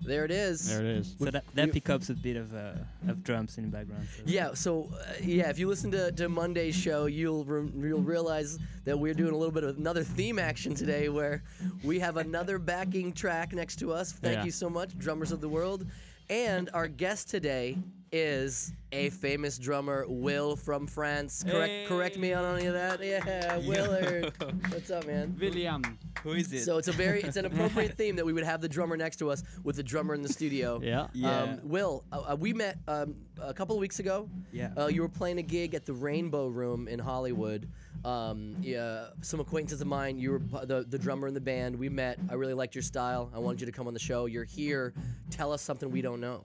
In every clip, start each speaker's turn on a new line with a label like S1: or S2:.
S1: There it is.
S2: There it is.
S3: So that, that
S1: you-
S3: picks up a bit of uh, of drums in the background. So.
S1: Yeah, so uh, yeah, if you listen to, to Monday's show, you'll re- you'll realize that we're doing a little bit of another theme action today, where we have another backing track next to us. Thank
S2: Yeah.
S1: you so much, drummers of the world, and our guest today is a famous drummer, Will from France. Correct, correct me on any of that. Yeah, Willard, what's up, man?
S4: William.
S3: Who is it?
S1: So it's a very it's an appropriate theme that we would have the drummer next to us with the drummer in the studio.
S2: Yeah.
S3: Yeah.
S1: Um, Will, uh, uh, we met um, a couple of weeks ago.
S3: Yeah.
S1: Uh, you were playing a gig at the Rainbow Room in Hollywood. Um, yeah, some acquaintances of mine. You were p- the the drummer in the band. We met. I really liked your style. I wanted you to come on the show. You're here. Tell us something we don't know.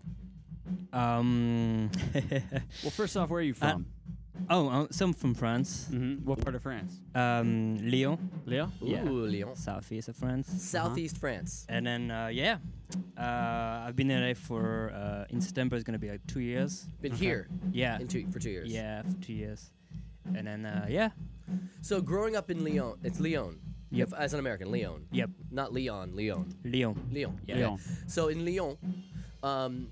S3: um,
S4: Well, first off, where are you from?
S3: oh, uh, some from France,
S4: mm-hmm. What part of France?
S3: um, Lyon,
S4: Leo?
S3: Yeah.
S1: Ooh, Lyon,
S3: southeast of France,
S1: Southeast France.
S3: and then uh, yeah, uh, I've been in LA for uh, in September it's gonna be like two years.
S1: Been here
S3: Yeah,
S1: in two, for two years.
S3: Uh-huh. yeah, for two years, and then uh, yeah,
S1: So growing up in Lyon, it's Lyon.
S3: Yep.
S1: If- As an American, Lyon.
S3: yep,
S1: Not Leon. Lyon.
S3: Lyon.
S1: Lyon.
S3: Yeah.
S4: Lyon.
S1: So in Lyon, um,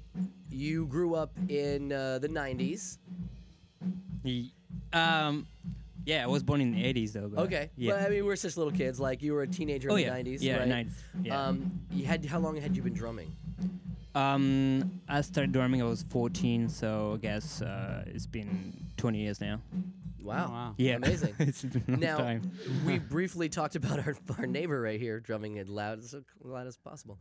S1: you grew up in uh, the 90s.
S3: Y- Um, yeah, I was born in the 80s though. but-
S1: Okay.
S3: Yeah.
S1: But I mean, we were such little kids. Like you were a teenager
S3: oh
S1: in
S3: yeah.
S1: the 90s.
S3: yeah,
S1: right?
S3: 90s. Yeah.
S1: Um, you had how long had you been drumming?
S3: Um, I started drumming. I was 14, so I guess uh, it's been 20 years now.
S1: Wow.
S4: wow.
S3: Yeah,
S1: Amazing.
S3: it's been a long
S1: Now
S3: time.
S1: we briefly talked about our, our neighbor right here drumming as loud as loud as possible,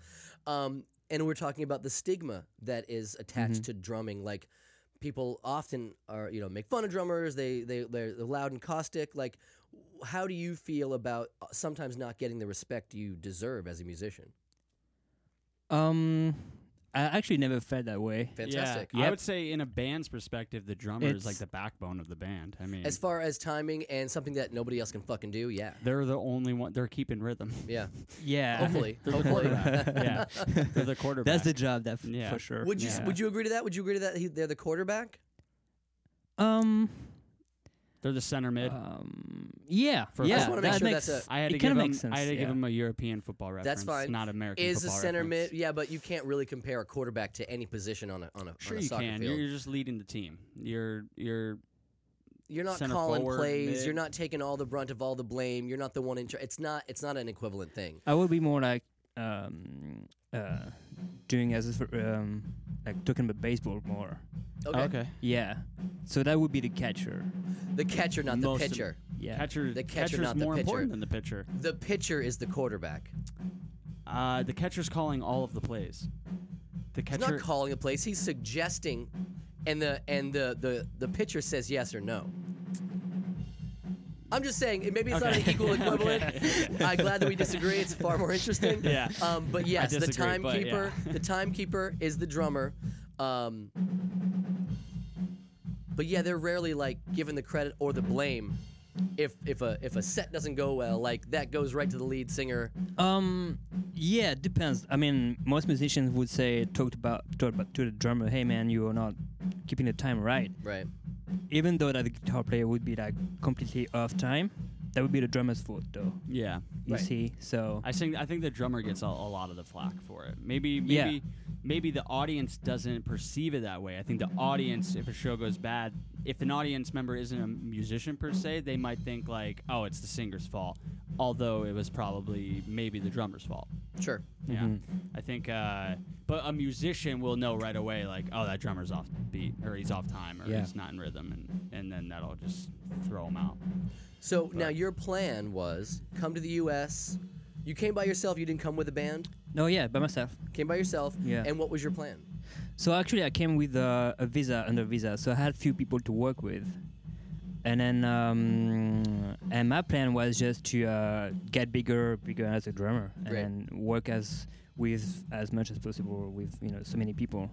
S1: um, and we're talking about the stigma that is attached to drumming. Like people often are, you know, make fun of drummers. They they they're loud and caustic. Like, how do you feel about uh, sometimes not getting the respect you deserve as a musician?
S3: Um, I actually never felt that way.
S1: Fantastic.
S4: Yeah. I
S3: Yep.
S4: would say, in a band's perspective, the drummer
S3: It's-
S4: is like the backbone of the band. I mean,
S1: As far as timing and something that nobody else can fucking do, yeah,
S4: they're the only one. They're keeping rhythm.
S1: yeah.
S3: Yeah.
S1: Hopefully, hopefully.
S4: yeah, they're the quarterback.
S3: That's the job, that f-
S4: Yeah.
S3: for sure.
S1: Would you
S3: Yeah.
S1: would you agree to that? Would you agree to that? He, they're the quarterback.
S3: Um.
S4: they're the center mid.
S3: Um. Yeah.
S4: For- I
S3: yeah.
S4: just
S1: wanna make
S3: that
S1: sure
S3: makes,
S1: that's
S4: I had to
S3: it
S4: give
S3: kinda
S4: him.
S3: makes sense.
S4: I had to
S3: yeah.
S4: give him a European football reference.
S1: That's fine.
S4: Not American.
S1: is a
S4: football
S1: center
S4: reference.
S1: mid. Yeah, but you can't really compare a quarterback to any position on a on a,
S4: Sure,
S1: on a
S4: you
S1: soccer
S4: can.
S1: field.
S4: You're, you're just leading the team. You're you're
S1: You're not
S4: center
S1: calling
S4: forward,
S1: plays.
S4: mid.
S1: You're not taking all the brunt of all the blame. You're not the one in charge. It's not. It's not an equivalent thing.
S3: I would be more like um uh doing as if, um like talking about baseball more.
S1: Okay.
S3: Yeah. So that would be the catcher.
S1: The catcher, not the
S4: Most of-
S1: pitcher.
S3: Yeah.
S4: catcher.
S1: The catcher,
S4: catcher's
S1: not the
S4: more
S1: pitcher.
S4: important than the pitcher.
S1: The pitcher is the quarterback.
S4: Uh, the catcher's calling all of the plays. The
S1: He's
S4: catcher.
S1: not calling a place. He's suggesting, and the and the the the pitcher says yes or no. I'm just saying, it- maybe it's not an equal equivalent. I'm glad that we disagree. It's far more interesting.
S4: Yeah.
S1: Um, but yes, the
S4: disagree, but
S1: timekeeper, the timekeeper is the drummer. Um, but yeah, they're rarely like given the credit or the blame. If if a if a set doesn't go well, like that goes right to the lead singer.
S3: Um. Yeah. it Depends. I mean, most musicians would say talked about talked about to the drummer, "Hey man, you are not keeping the time right."
S1: Right.
S3: Even though that the guitar player would be like completely off time, that would be the drummer's fault, though.
S4: yeah,
S3: You
S1: Right.
S3: see. So.
S4: I think I think the drummer gets a, a lot of the flack for it. Maybe maybe
S3: Yeah.
S4: maybe the audience doesn't perceive it that way. I think the audience, if a show goes bad, if an audience member isn't a musician per se, they might think like, oh, it's the singer's fault, although it was probably maybe the drummer's fault.
S1: Sure.
S4: Yeah,
S3: Mm-hmm.
S4: I think. Uh, but a musician will know right away, like, oh, that drummer's off beat, or he's off time, or
S3: Yeah.
S4: he's not in rhythm, and and then that'll just throw him out.
S1: So now your plan was come to the U.S. You came by yourself. You didn't come with a band.
S3: no. Yeah. By myself.
S1: Came by yourself.
S3: Yeah.
S1: And what was your plan?
S3: So actually, I came with uh, a visa under visa, so I had few people to work with, and then um, and my plan was just to uh, get bigger, bigger as a drummer, and
S1: Right.
S3: then work as with as much as possible with you know so many people,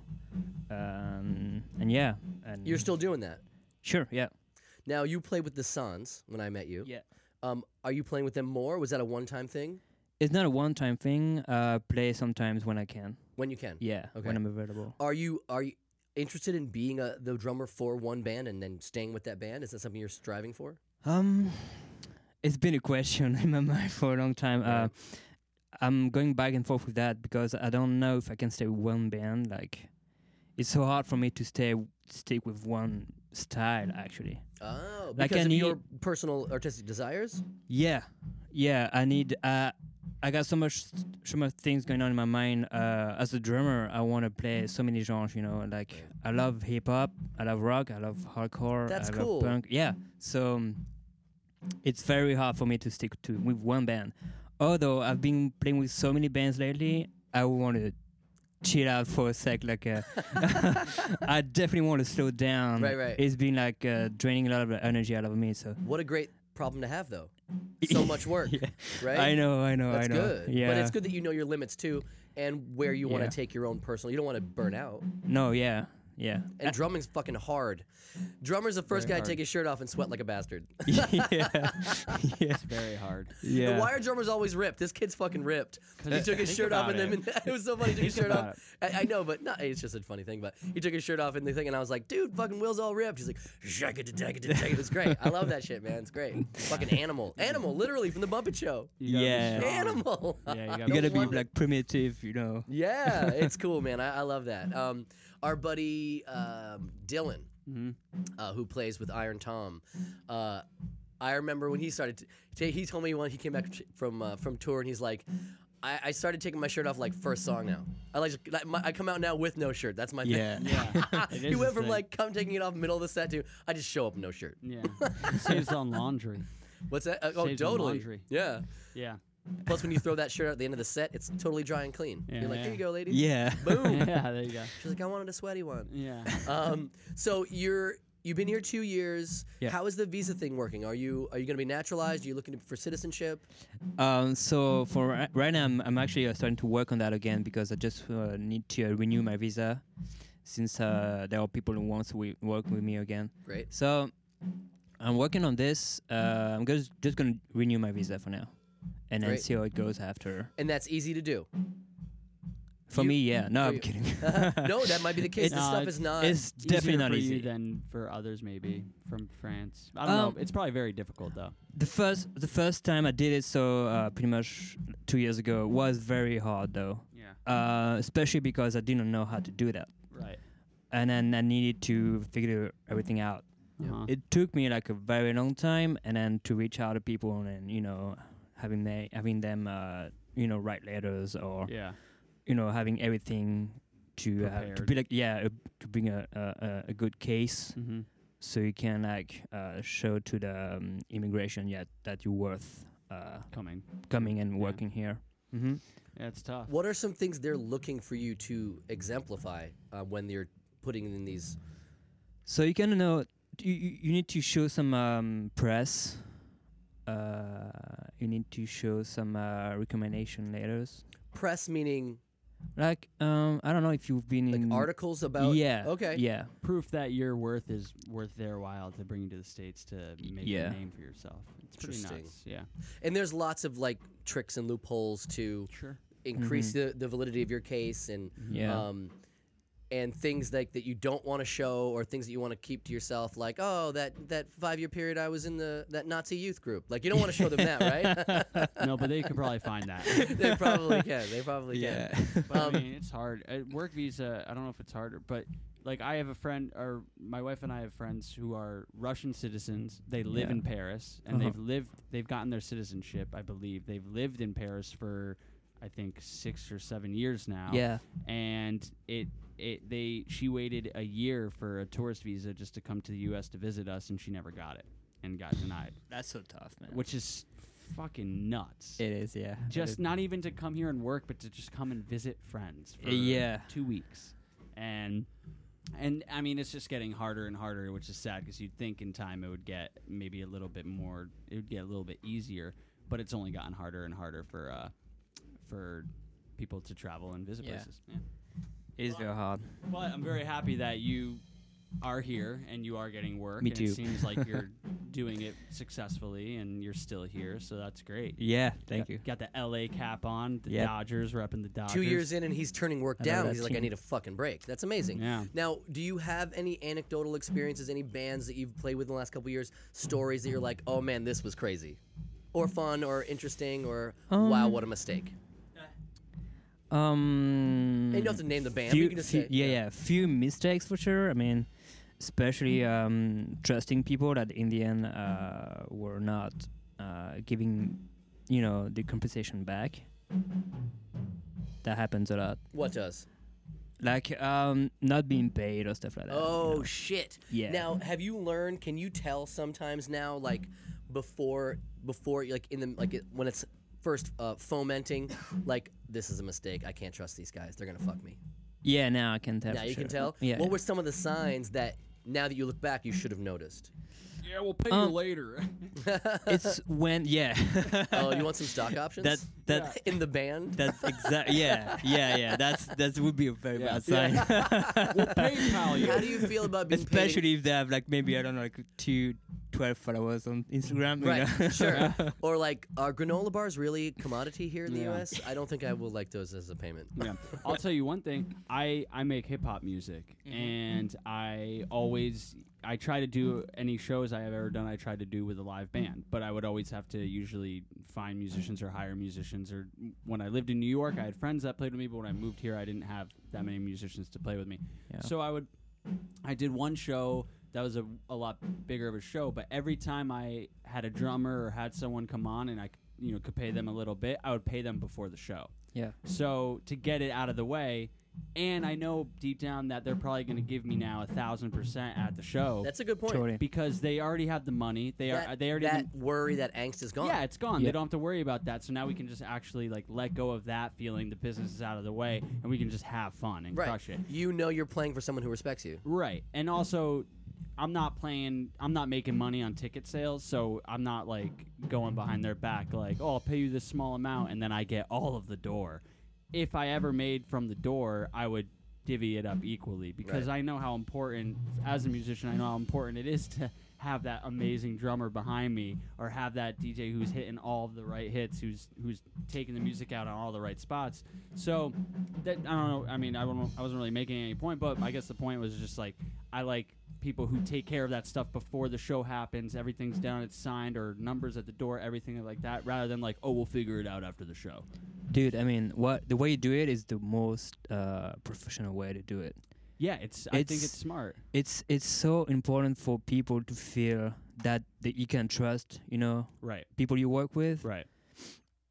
S3: um, and yeah, and
S1: You're still doing that.
S3: sure, yeah,
S1: Now you played with the Sons when I met you.
S3: yeah.
S1: Um, are you playing with them more? Was that a one-time thing?
S3: It's not a one-time thing. Uh, play sometimes when I can.
S1: When you can.
S3: Yeah,
S1: Okay.
S3: when I'm available.
S1: Are you are you interested in being a the drummer for one band and then staying with that band? Is that something you're striving for?
S3: Um, it's been a question in my mind for a long time. Uh, I'm going back and forth with that because I don't know if I can stay with one band. Like, it's so hard for me to stay stick with one style. Actually,
S1: Oh,
S3: Like
S1: because of
S3: any-
S1: your personal artistic desires.
S3: yeah, yeah. I need. Uh, I got so much, so much things going on in my mind. Uh, as a drummer, I want to play so many genres. You know, like I love hip hop, I love rock, I love hardcore.
S1: That's
S3: I
S1: cool.
S3: Love punk. Yeah. So um, it's very hard for me to stick to with one band. Although I've been playing with so many bands lately, I want to chill out for a sec. Like, uh, I definitely want to slow down.
S1: Right, right.
S3: It's been like uh, draining a lot of energy out of me. So
S1: What a great problem to have, though. So much work, right?
S3: I know, I know,
S1: That's
S3: I know.
S1: good.
S3: Yeah.
S1: But it's good that you know your limits too, and where you want
S3: Yeah.
S1: to take your own personal. You don't want to burn out.
S3: No, yeah, yeah.
S1: And drumming's fucking hard. Drummer's the first guy to take his shirt off and sweat like a bastard.
S3: yeah, yeah,
S4: It's very hard.
S3: yeah.
S1: The wire drummer's always ripped. This kid's fucking ripped. He
S4: you
S1: took his
S4: think
S1: shirt off
S4: about
S1: and then it was so funny. He took his
S4: Think
S1: shirt
S4: about
S1: off. I, I know, but not, it's just a funny thing. But he took his shirt off and the thing, and I was like, dude, fucking Will's all ripped. He's like, shake it, shake it, shake it. It's great. I love that shit, man. It's great. fucking animal, animal, literally from the Muppet Show.
S4: You gotta be
S3: Yeah.
S4: strong.
S1: Animal.
S4: Yeah, you gotta
S3: You
S4: be
S3: gotta be
S1: wonder.
S3: like primitive, you know.
S1: Yeah, it's cool, man. I, I love that. Um, our buddy um, Dylan,
S4: Mm-hmm.
S1: uh, who plays with Iron Tom, uh, I remember when he started. T- he told me when he came back t- from uh, from tour, and he's like, I-, "I started taking my shirt off like first song now. I like like, my- I come out now with no shirt. That's my
S3: Yeah.
S1: thing."
S4: Yeah. It
S1: he
S4: is
S1: went
S4: his
S1: from
S4: thing.
S1: like come taking it off middle of the set to I just show up no shirt.
S4: Yeah. It saves on laundry.
S1: What's that? Uh, oh,
S4: Saves on
S1: totally.
S4: laundry.
S1: Yeah.
S4: Yeah.
S1: Plus, when you throw that shirt out at the end of the set, it's totally dry and clean.
S4: Yeah,
S1: You're like,
S4: yeah.
S1: here you go, lady.
S3: Yeah.
S1: Boom.
S4: Yeah, there you go. Uh,
S1: She's like, I wanted a sweaty one.
S4: Yeah.
S1: um, so you're you've been here two years.
S3: Mm-hmm. Yeah.
S1: How is the visa thing working? Are you are you going to be naturalized? Are you looking for citizenship?
S3: Um, so for ri- right now, I'm, I'm actually uh, starting to work on that again because I just uh, need to uh, renew my visa, since uh, there are people who want to wi- work with me again.
S1: Great.
S3: So I'm working on this. Uh, I'm just just gonna renew my visa for now, and then
S1: Great.
S3: see how it goes after.
S1: And that's easy to do.
S3: For
S1: You-
S3: me, yeah. No,
S1: for
S3: I'm
S1: you.
S3: kidding.
S1: No, that might be the case. This
S3: It's-
S4: No,
S1: stuff is
S4: it's-
S1: not.
S3: it's definitely
S4: Easier
S3: not
S4: for
S3: easy.
S4: you than for others, maybe from France. I don't
S3: Um,
S4: know. It's probably very difficult though.
S3: the first the first time I did it, so uh, pretty much two years ago, was very hard though,
S4: Yeah.
S3: uh, especially because I didn't know how to do that,
S4: Right.
S3: and then I needed to figure everything out.
S1: Yeah.
S4: Uh-huh.
S3: It took me like a very long time, and then to reach out to people and then, you know having they having them uh, you know write letters or
S4: yeah.
S3: you know having everything to uh, to
S4: Prepared.
S3: be like yeah uh, to bring a, a a- a good case
S4: Mm-hmm.
S3: so you can like uh, show to the um, immigration yeah that you're worth. Uh,
S4: Coming.
S3: coming and
S4: Yeah.
S3: working here. Mm-hmm.
S4: Yeah, it's tough.
S1: what are some things they're looking for you to exemplify uh, when they're putting in these?
S3: So you kind of know you, you you need to show some um, press. Uh, you need to show some uh, recommendation letters.
S1: Press meaning
S3: Like um, I don't know if you've been
S1: like
S3: in
S1: articles about
S3: Mm. Yeah.
S1: okay
S3: Yeah.
S4: Proof that your worth is worth their while to bring you to the states to make
S3: Yeah.
S4: a name for yourself. It's pretty
S1: Interesting.
S4: nuts. Yeah.
S1: and there's lots of like tricks and loopholes to
S4: Sure.
S1: increase the, the validity of your case and
S3: Mm-hmm. Yeah.
S1: um, and things like that you don't want to show or things that you want to keep to yourself like oh that that five year period i was in the that nazi youth group like you don't want to show them that right
S4: no, but they could probably find that.
S1: they probably can they probably can
S4: But
S1: Um,
S4: I mean, it's hard. Uh work visa, I don't know if it's harder, but like I have a friend, or my wife and I have friends who are Russian citizens. They live
S3: Yeah.
S4: in Paris, and
S3: Uh-huh.
S4: they've lived, they've gotten their citizenship, I believe. They've lived in Paris for, I think, six or seven years now.
S3: yeah.
S4: and it it they she waited a year for a tourist visa just to come to the U.S. to visit us, and she never got it and got denied,
S3: That's so tough, man.
S4: which is fucking nuts.
S3: it is, yeah. It
S4: just
S3: is.
S4: not even to come here and work, but to just come and visit friends for
S3: Yeah.
S4: two weeks, and and I mean it's just getting harder and harder, which is sad because you'd think in time it would get maybe a little bit more, it would get a little bit easier, but it's only gotten harder and harder for uh for people to travel and visit
S3: Yeah.
S4: places. Yeah.
S3: It is very hard.
S4: But I'm very happy that you are here and you are getting work.
S3: Me
S4: and
S3: too.
S4: It seems like you're doing it successfully and you're still here, so that's great.
S3: Yeah. Thank
S4: got,
S3: you.
S4: Got the LA cap on, the
S3: Yeah.
S4: Dodgers repping the Dodgers.
S1: two years in and he's turning work
S3: I know
S1: down
S3: that
S1: he's like i
S3: team.
S1: need a fucking break that's amazing
S4: Yeah.
S1: now do you have any anecdotal experiences any bands that you've played with in the last couple years stories that you're like oh man this was crazy or fun or interesting or wow what a mistake
S3: Um,
S1: And you don't have to name the band. but
S3: few-
S1: you can just
S3: few-
S1: say,
S3: yeah, yeah, few mistakes for sure. I mean, especially
S1: Mm-hmm.
S3: um, trusting people that in the end uh, were not uh, giving, you know, the compensation back. That happens a lot,
S1: What does?
S3: like um, not being paid or stuff like that. you
S1: Oh
S3: know.
S1: shit!
S3: Uh, Yeah.
S1: Now, have you learned? Can you tell sometimes now, like before, before, like in the like it- when it's first uh, fomenting, like this is a mistake. I can't trust these guys. They're gonna fuck me.
S3: yeah. Now I can tell.
S1: Now
S3: for
S1: you can
S3: sure.
S1: tell.
S3: Yeah.
S1: What were some of the signs that now that you look back, you should have noticed?
S4: Yeah, we'll pay
S3: Um,
S4: you later.
S3: it's when yeah.
S1: Oh, you want some stock options?
S3: that that
S1: in the band.
S3: That's exact. Yeah, yeah, yeah. That's that would be a very
S4: Yeah.
S3: bad sign.
S4: we'll PayPal
S1: How
S4: you.
S1: do you feel about being paid in-
S3: Especially if they have like maybe I don't know like two, 12 followers on Instagram. you
S1: Right,
S3: know?
S1: sure. Or like, are granola bars really a commodity here in the
S4: Yeah.
S1: U.S.? I don't think I will like those as a payment.
S4: yeah. I'll tell you one thing. I I make hip hop music, and I always I try to do any shows I have ever done. I try to do with a live band, but I would always have to usually find musicians or hire musicians. Or when I lived in New York, I had friends that played with me, but when I moved here, I didn't have that many musicians to play with me.
S3: Yeah.
S4: So I would I did one show that was a, a lot bigger of a show, but every time I had a drummer or had someone come on and I c- you know could pay them a little bit, I would pay them before the show.
S3: Yeah.
S4: So to get it out of the way, and I know deep down that they're probably going to give me now a thousand percent at the show
S1: That's a good point.
S3: Totally.
S4: because they already have the money. They are uh,
S1: That-
S4: they already Mm-hmm.
S1: that worry, that angst is gone.
S4: yeah, it's gone.
S3: Yeah.
S4: They don't have to worry about that. So now we can just actually like let go of that feeling. The business is out of the way, and we can just have fun and
S1: right.
S4: crush it.
S1: You know you're playing for someone who respects you.
S4: Right. And also I'm not playing I'm not making money on ticket sales, so I'm not like going behind their back like, "Oh, I'll pay you this small amount and then I get all of the door." If I ever made from the door, I would divvy it up equally because I know how important as a musician, I know how important it is to have that amazing drummer behind me or have that DJ who's hitting all of the right hits, who's who's taking the music out on all the right spots. So that I don't know. I mean, I don't. I wasn't really making any point, but I guess the point was just like I like people who take care of that stuff before the show happens. Everything's down, it's signed or numbers at the door, everything like that, rather than like oh we'll figure it out after the show.
S3: Dude, I mean, what the way you do it is the most uh, professional way to do it.
S4: Yeah, it's. I think
S3: It's-
S4: it's smart.
S3: It's it's so important for people to feel that, that you can trust, you know,
S4: Right.
S3: people you work with.
S4: Right.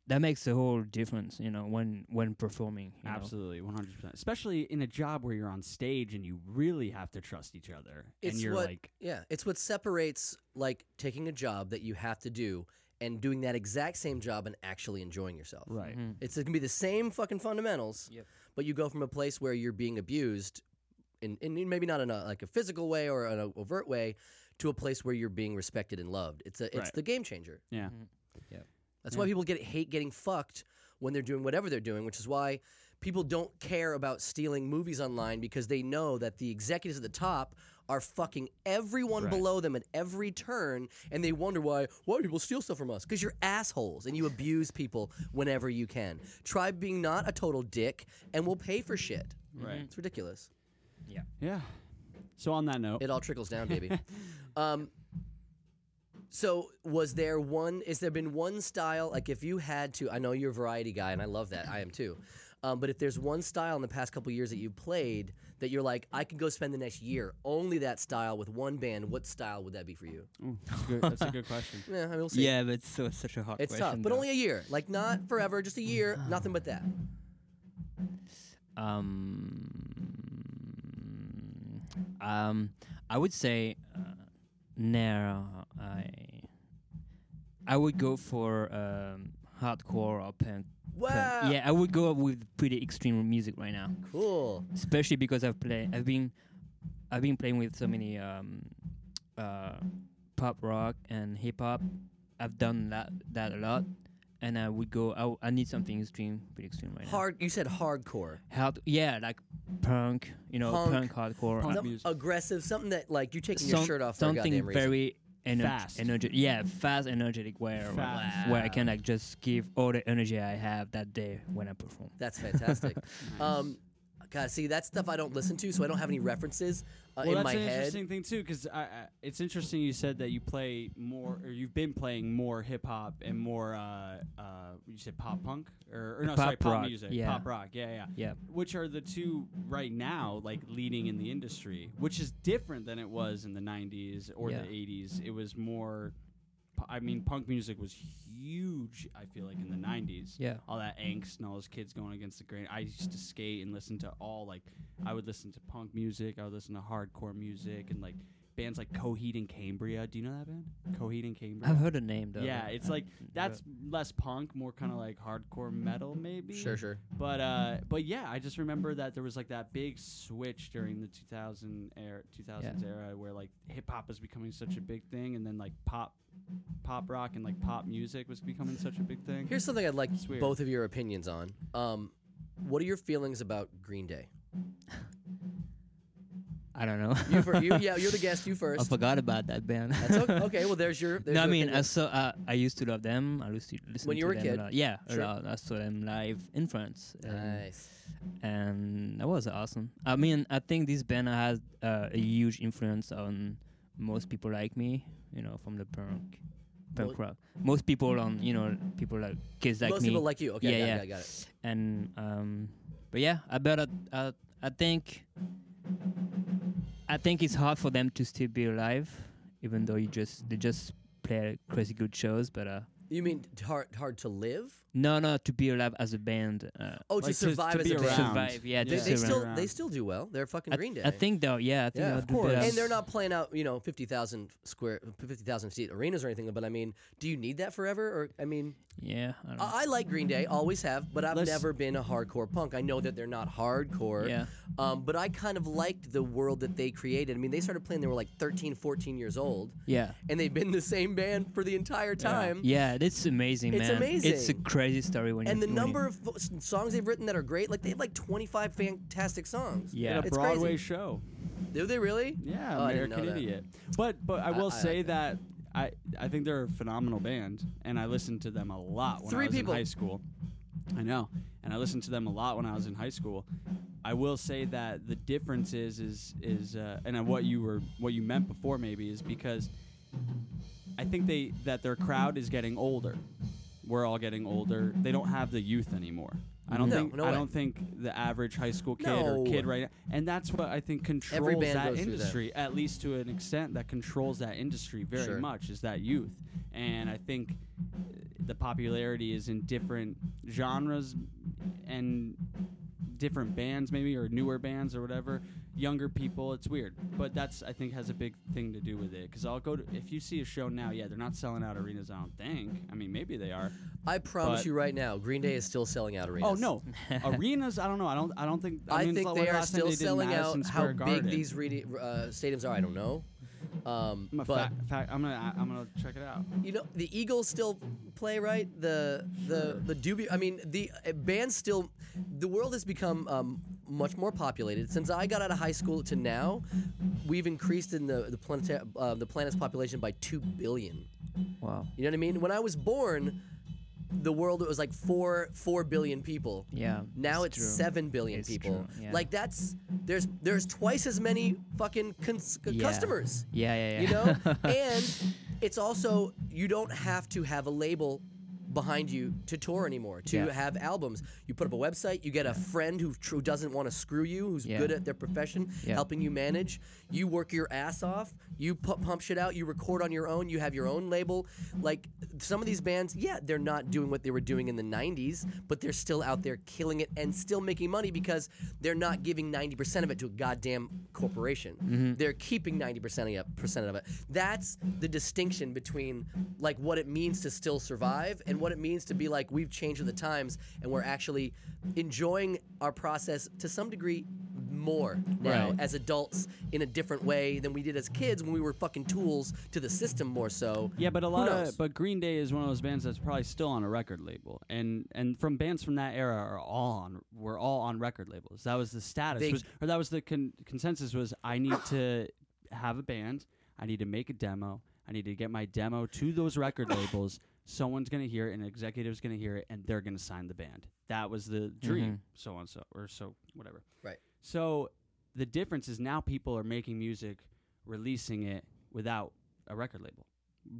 S3: That makes a whole difference, you know, when when performing. you know.
S4: Absolutely, one hundred percent. Especially in a job where you're on stage and you really have to trust each other,
S1: It's
S4: and you're
S1: what-
S4: like,
S1: Yeah, it's what separates like taking a job that you have to do and doing that exact same job and actually enjoying yourself.
S4: right.
S3: Mhm.
S1: It's gonna be the same fucking fundamentals,
S3: Yep.
S1: but you go from a place where you're being abused, in, in maybe not in a like a physical way or an overt way, to a place where you're being respected and loved. It's a it's
S4: Right.
S1: the game changer.
S4: Yeah.
S1: That's why people get hate getting fucked when they're doing whatever they're doing, which is why people don't care about stealing movies online because they know that the executives at the top are fucking everyone
S4: Right.
S1: below them at every turn and they wonder why why do people steal stuff from us because you're assholes and you abuse people whenever you can try being not a total dick and we'll pay for shit
S4: Right.
S1: it's ridiculous
S4: Yeah. So on that note,
S1: it all trickles down baby um so was there one is there been one style like if you had to i know you're a variety guy and i love that i am too um, but if there's one style in the past couple years that you played that you're like i can go spend the next year only that style with one band what style would that be for you
S4: Ooh, that's, a good, that's a good question.
S1: yeah I mean, we'll see
S3: Yeah, but it's so such a hard
S1: it's
S3: question.
S1: tough but
S3: though.
S1: only a year like not forever just a year nothing but that
S3: Um, um, I would say uh, no. I I would go for um, hardcore or punk.
S1: wow
S3: punk. Yeah, I would go with pretty extreme music right now,
S1: cool
S3: especially because I've play I've been I've been playing with so many um, uh, pop rock and hip hop. I've done that that a lot, and I would go. I, w- I need something extreme, pretty extreme right now
S1: hard you said hardcore
S3: hard, yeah, like punk, you know,
S1: Punk.
S3: punk, hardcore,
S4: Punk
S3: uh,
S1: Some-
S4: music.
S1: aggressive something that like you're taking your
S3: some-
S1: shirt off for a
S3: something
S1: goddamn reason
S3: very ener-
S4: Fast.
S3: energetic, yeah, fast, energetic, where
S4: Fast.
S3: where I can like just give all the energy I have that day when I perform.
S1: That's fantastic. um, God, see that stuff I don't listen to, so I don't have any references uh,
S4: well,
S1: in
S4: that's
S1: my
S4: an
S1: head.
S4: interesting thing too, because I, I, it's interesting you said that you play more, or you've been playing more hip hop and more. Uh, uh, you said pop punk, or, or no, sorry,
S3: Pop
S4: pop
S3: rock,
S4: music,
S3: yeah.
S4: pop rock, yeah, yeah,
S3: Yeah.
S4: Which are the two right now, like leading in the industry, which is different than it was in the '90s or
S3: Yeah.
S4: the '80s. It was more. pu- I mean, punk music was huge. I feel like in the '90s,
S3: Yeah.
S4: all that angst and all those kids going against the grain. I used to skate and listen to all like I would listen to punk music, I would listen to hardcore music and like bands like Coheed and Cambria. Do you know that band? Coheed and Cambria.
S3: I've heard the name though.
S4: yeah, it's like
S3: but-
S4: that's less punk, more kind of like hardcore metal maybe.
S1: Sure, sure.
S4: But uh but yeah, I just remember that there was like that big switch during the 2000 era 2000s era where like hip hop was becoming such a big thing and then like pop pop rock and like pop music was becoming such a big thing.
S1: Here's something I'd like
S4: It's weird.
S1: both of your opinions on. Um, what are your feelings about Green Day?
S3: I don't know.
S1: You fir- you, yeah, you're the guest. You
S3: I
S1: first.
S3: forgot about that band.
S1: That's okay. okay. Well, there's your. There's
S3: no, I
S1: your
S3: mean,
S1: opinion.
S3: I saw. Uh, I used to love them. I used to listen
S1: When you
S3: to
S1: were a
S3: them
S1: kid?
S3: lot. Yeah, a
S1: Sure.
S3: lot. I saw them live in France, um,
S1: nice.
S3: and that was awesome. I mean, I think this band has uh, a huge influence on most people like me. You know, from the punk, punk
S1: Mo-
S3: rock. Most people on, you know, people like kids like
S1: Most
S3: me.
S1: people like you. Okay, yeah,
S3: Yeah, yeah.
S1: got, It, got it, got it.
S3: and um, but yeah, I bet I, I, I think I think it's hard for them to still be alive, even though you just they just play crazy good shows. But uh,
S1: You mean t- hard hard to live?
S3: no, no, to be alive as a band, uh,
S1: Oh,
S4: Like,
S1: to survive
S4: to
S1: as
S4: be
S1: a band.
S4: around.
S3: survive. Yeah,
S1: They,
S4: Yeah.
S1: they
S3: just survive.
S1: still they still do well. They're fucking
S3: I,
S1: Green Day.
S3: I think though, yeah, I think
S1: Yeah,
S3: they'll
S1: of
S3: do better.
S1: and they're not playing out you know fifty thousand square fifty thousand seat arenas or anything. But I mean, do you need that forever? Or I mean,
S3: Yeah, I don't know.
S1: I, I like Green Day, always have, but I've
S4: Let's-
S1: never been a hardcore punk. I know that they're not hardcore.
S3: Yeah.
S1: Um, but I kind of liked the world that they created. I mean, they started playing they were like 13, 14 years old,
S3: yeah.
S1: and they've been the same band for the entire time.
S3: Yeah, it's amazing,
S1: It's
S3: man. It's a
S1: amazing.
S3: crazy story when
S1: And
S3: you
S1: the
S3: when you-
S1: number of f- songs they've written that are great, like they have like 25 fantastic songs.
S3: Yeah.
S4: in a
S1: It's
S4: Broadway
S1: crazy.
S4: show.
S1: Do they really?
S4: Yeah,
S1: Oh, I didn't
S4: American
S1: know that.
S4: Idiot. But but I will
S1: I
S4: say
S1: like
S4: that. I, I think they're a phenomenal band, and I listened to them a lot when
S1: Three
S4: I was
S1: people.
S4: in high school. I know, and I listened to them a lot when I was in high school. I will say that the difference is is is uh, and uh, what you were what you meant before maybe is because I think they that their crowd is getting older. We're all getting older. They don't have the youth anymore. I don't
S1: No,
S4: think
S1: no
S4: I
S1: way.
S4: don't think the average high school kid
S1: No.
S4: or kid right now, and that's what I think controls
S1: band
S4: that
S1: goes through that.
S4: industry at least to an extent that controls that industry very
S1: Sure.
S4: much is that youth. And I think uh, the popularity is in different genres and different bands maybe or newer bands or whatever younger people it's weird but that's i think has a big thing to do with it because i'll go to if you see a show now yeah they're not selling out arenas i don't think i mean maybe they are
S1: I promise
S4: But-
S1: you right now, Green Day is still selling out arenas.
S4: oh no arenas i don't know i don't i don't think i,
S1: I,
S4: mean, it's
S1: think
S4: like
S1: they
S4: the
S1: are
S4: last time
S1: still
S4: they did
S1: selling
S4: Madison
S1: out how
S4: Square
S1: big
S4: Garden.
S1: these re- uh, stadiums are. I don't know. Um,
S4: I'm, a
S1: but
S4: fa- fa- I'm gonna i'm gonna check it out
S1: you know, the Eagles still play right. The the the Doobie. I mean, the uh, band still. The world has become um, much more populated since I got out of high school to now. We've increased in the the planet uh, the planet's population by two billion.
S3: wow.
S1: You know what I mean? When I was born, the world was like four four billion people.
S3: Yeah.
S1: Now it's,
S3: true.
S1: seven billion
S3: It's
S1: people.
S3: true, yeah.
S1: Like that's there's there's twice as many fucking cons- c-
S3: Yeah.
S1: customers.
S3: Yeah, yeah, yeah.
S1: You know, and it's also you don't have to have a label behind you to tour anymore to
S3: Yeah.
S1: have albums you put up a website you get a friend who, tr- who doesn't want to screw you who's
S3: Yeah.
S1: good at their profession
S3: Yeah.
S1: helping you manage you work your ass off you pu- pump shit out you record on your own you have your own label like some of these bands yeah they're not doing what they were doing in the 90s but they're still out there killing it and still making money because they're not giving 90% of it to a goddamn corporation they're keeping 90% of it, percent of it that's the distinction between like what it means to still survive and what it means to be like we've changed with the times and we're actually enjoying our process to some degree more now
S4: Right.
S1: as adults in a different way than we did as kids when we were fucking tools to the system more so.
S4: Yeah, but a
S1: Who
S4: lot
S1: knows?
S4: of but Green Day is one of those bands that's probably still on a record label, and and from bands from that era are all on were all on record labels. That was the status,
S1: They-
S4: was, or that was the con- consensus was I need to have a band, I need to make a demo, I need to get my demo to those record labels. Someone's gonna hear it, an executive's gonna hear it, and they're gonna sign the band. That was the dream.
S1: Mm-hmm.
S3: Mhm.
S4: So on so or so whatever.
S1: Right.
S4: So the difference is now people are making music, releasing it without a record label,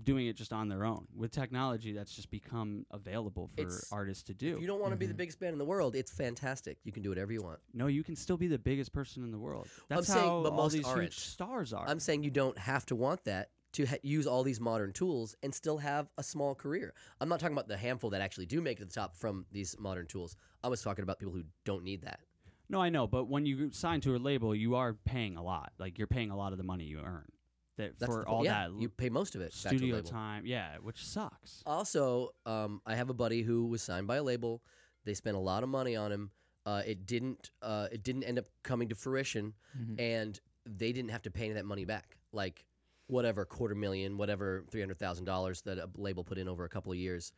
S4: doing it just on their own. With technology, that's just become available for
S1: It's-
S4: artists to do.
S1: If you don't want to be the
S3: Mhm.
S1: biggest band in the world, it's fantastic. You can do whatever you want.
S4: No, you can still be the biggest person in the world. That's
S1: saying-
S4: how
S1: but
S4: all
S1: most
S4: these
S1: aren't.
S4: huge stars are.
S1: I'm saying you don't have to want that to ha- use all these modern tools and still have a small career. I'm not talking about the handful that actually do make it to the top from these modern tools. I was talking about people who don't need that.
S4: no, I know, but when you sign to a label, you are paying a lot. Like you're paying a lot of the money you earn that
S1: That's the
S4: for
S1: pro-
S4: all
S1: yeah,
S4: that
S1: you pay most of it back to a
S4: studio
S1: label.
S4: time. Yeah, which sucks.
S1: Also, um, I have a buddy who was signed by a label. They spent a lot of money on him. Uh, it didn't. Uh, it didn't end up coming to fruition,
S3: Mhm.
S1: and they didn't have to pay any of that money back. Like whatever quarter million, whatever three hundred thousand dollars that a label put in over a couple of years,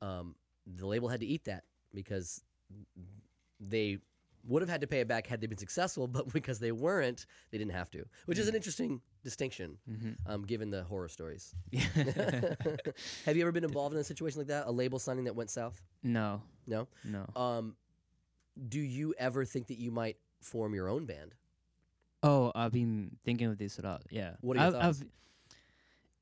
S1: um, the label had to eat that because they would have had to pay it back had they been successful, but because they weren't, they didn't have to. Which
S3: Mm.
S1: is an interesting distinction,
S3: Mm-hmm.
S1: um, given the horror stories. Have you ever been involved in a situation like that? A label signing that went south?
S3: no,
S1: No.
S3: no.
S1: Um, do you ever think that you might form your own band?
S3: Oh, I've been thinking of this a lot. Yeah.
S1: What are your
S3: I've, I've,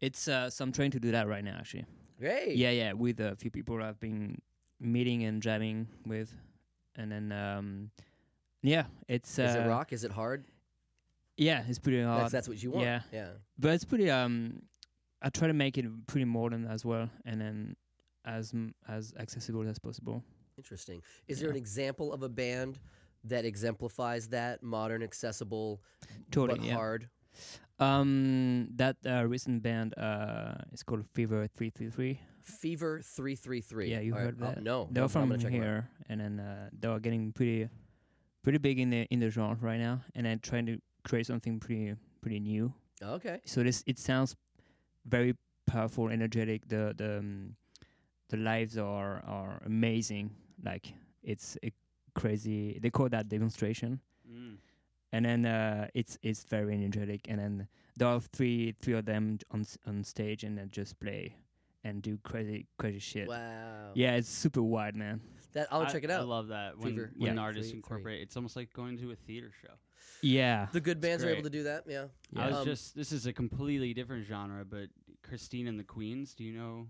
S3: it's uh, so I'm trying to do that right now, actually.
S1: Great.
S3: Yeah, yeah, with a few people I've been meeting and jamming with, and then um, yeah, it's uh,
S1: Is it rock? Is it hard?
S3: Yeah, it's pretty hard.
S1: that's, that's what you want.
S3: yeah.
S1: Yeah.
S3: but it's pretty um i try to make it pretty modern as well and then as m- as accessible as possible
S1: Interesting. Is there an example of a band that exemplifies that modern, accessible,
S3: totally
S1: but
S3: yeah.
S1: hard?
S3: um that uh, recent band uh it's called fever 333
S1: Fever three three three. Oh,
S3: yeah you heard that
S1: no,
S3: they're
S1: I'm
S3: from
S1: gonna check 'em out.
S3: here and then uh, they're getting pretty pretty big in the in the genre right now and i'm trying to create something pretty pretty new
S1: Okay.
S3: so this it sounds very powerful energetic the the um, the lives are are amazing like it's a crazy they call that demonstration and then uh it's it's very energetic and then there are three three of them j- on s- on stage and then just play and do crazy crazy shit
S1: Wow.
S3: yeah it's super wild man
S1: That I'll
S4: I-
S1: check it
S4: Mm. I
S1: out.
S4: love that when,
S1: Fever.
S4: when
S1: Yeah.
S4: artists
S1: Three- three.
S4: incorporate. It's almost like going to a theater show.
S3: yeah
S1: the good bands are able
S4: great.
S1: to do that. Yeah.
S3: Yeah.
S4: I was
S1: Um,
S4: just. This is a completely different genre, but Christine and the Queens. Do you know?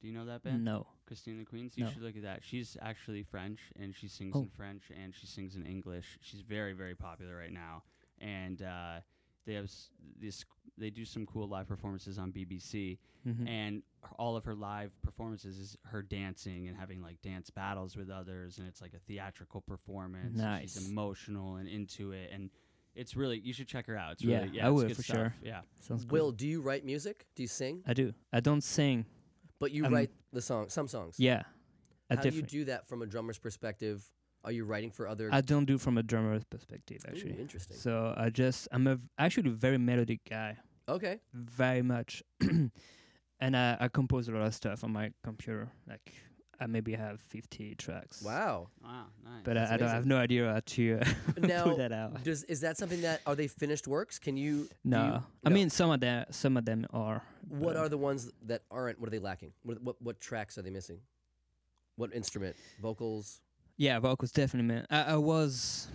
S4: Do you know that band?
S3: no
S4: Christine and the Queens. You
S3: No.
S4: should look at that. She's actually French, and she sings
S3: Oh.
S4: in French, and she sings in English. She's very, very popular right now, and uh, they have s- this. They do some cool live performances on BBC,
S3: Mhm.
S4: and h- all of her live performances is her dancing and having like dance battles with others, and it's like a theatrical performance. and
S3: Nice.
S4: She's emotional and into it, and it's really. You should check her out. It's
S3: Yeah,
S4: really,
S3: I
S4: yeah, it's
S3: will
S4: good
S3: for
S4: stuff.
S3: sure.
S4: Yeah,
S3: sounds good
S1: Will, do you write music? Do you sing?
S3: i do i don't sing
S1: But you
S3: Um,
S1: write the song, some songs.
S3: yeah I
S1: How
S3: definitely.
S1: do you do that from a drummer's perspective? Are you writing for other?
S3: I don't do from a drummer's perspective
S1: Ooh,
S3: actually.
S1: interesting.
S3: So I just I'm a v- actually very melodic guy,
S1: okay,
S3: very much, and I, I compose a lot of stuff on my computer. Like I maybe have 50 tracks.
S1: wow.
S4: wow, nice.
S3: But uh,
S1: That's
S3: I, I don't I have no idea how to uh,
S1: Now,
S3: put that out.
S1: Does is that something that are they finished works? Can you? do
S3: No, I
S1: no.
S3: mean some of them some of them are.
S1: you- what
S3: but-
S1: are the ones that aren't? What are they lacking? What what, what tracks are they missing? What instrument? Vocals?
S3: Yeah, vocals definitely. Man, I, I was.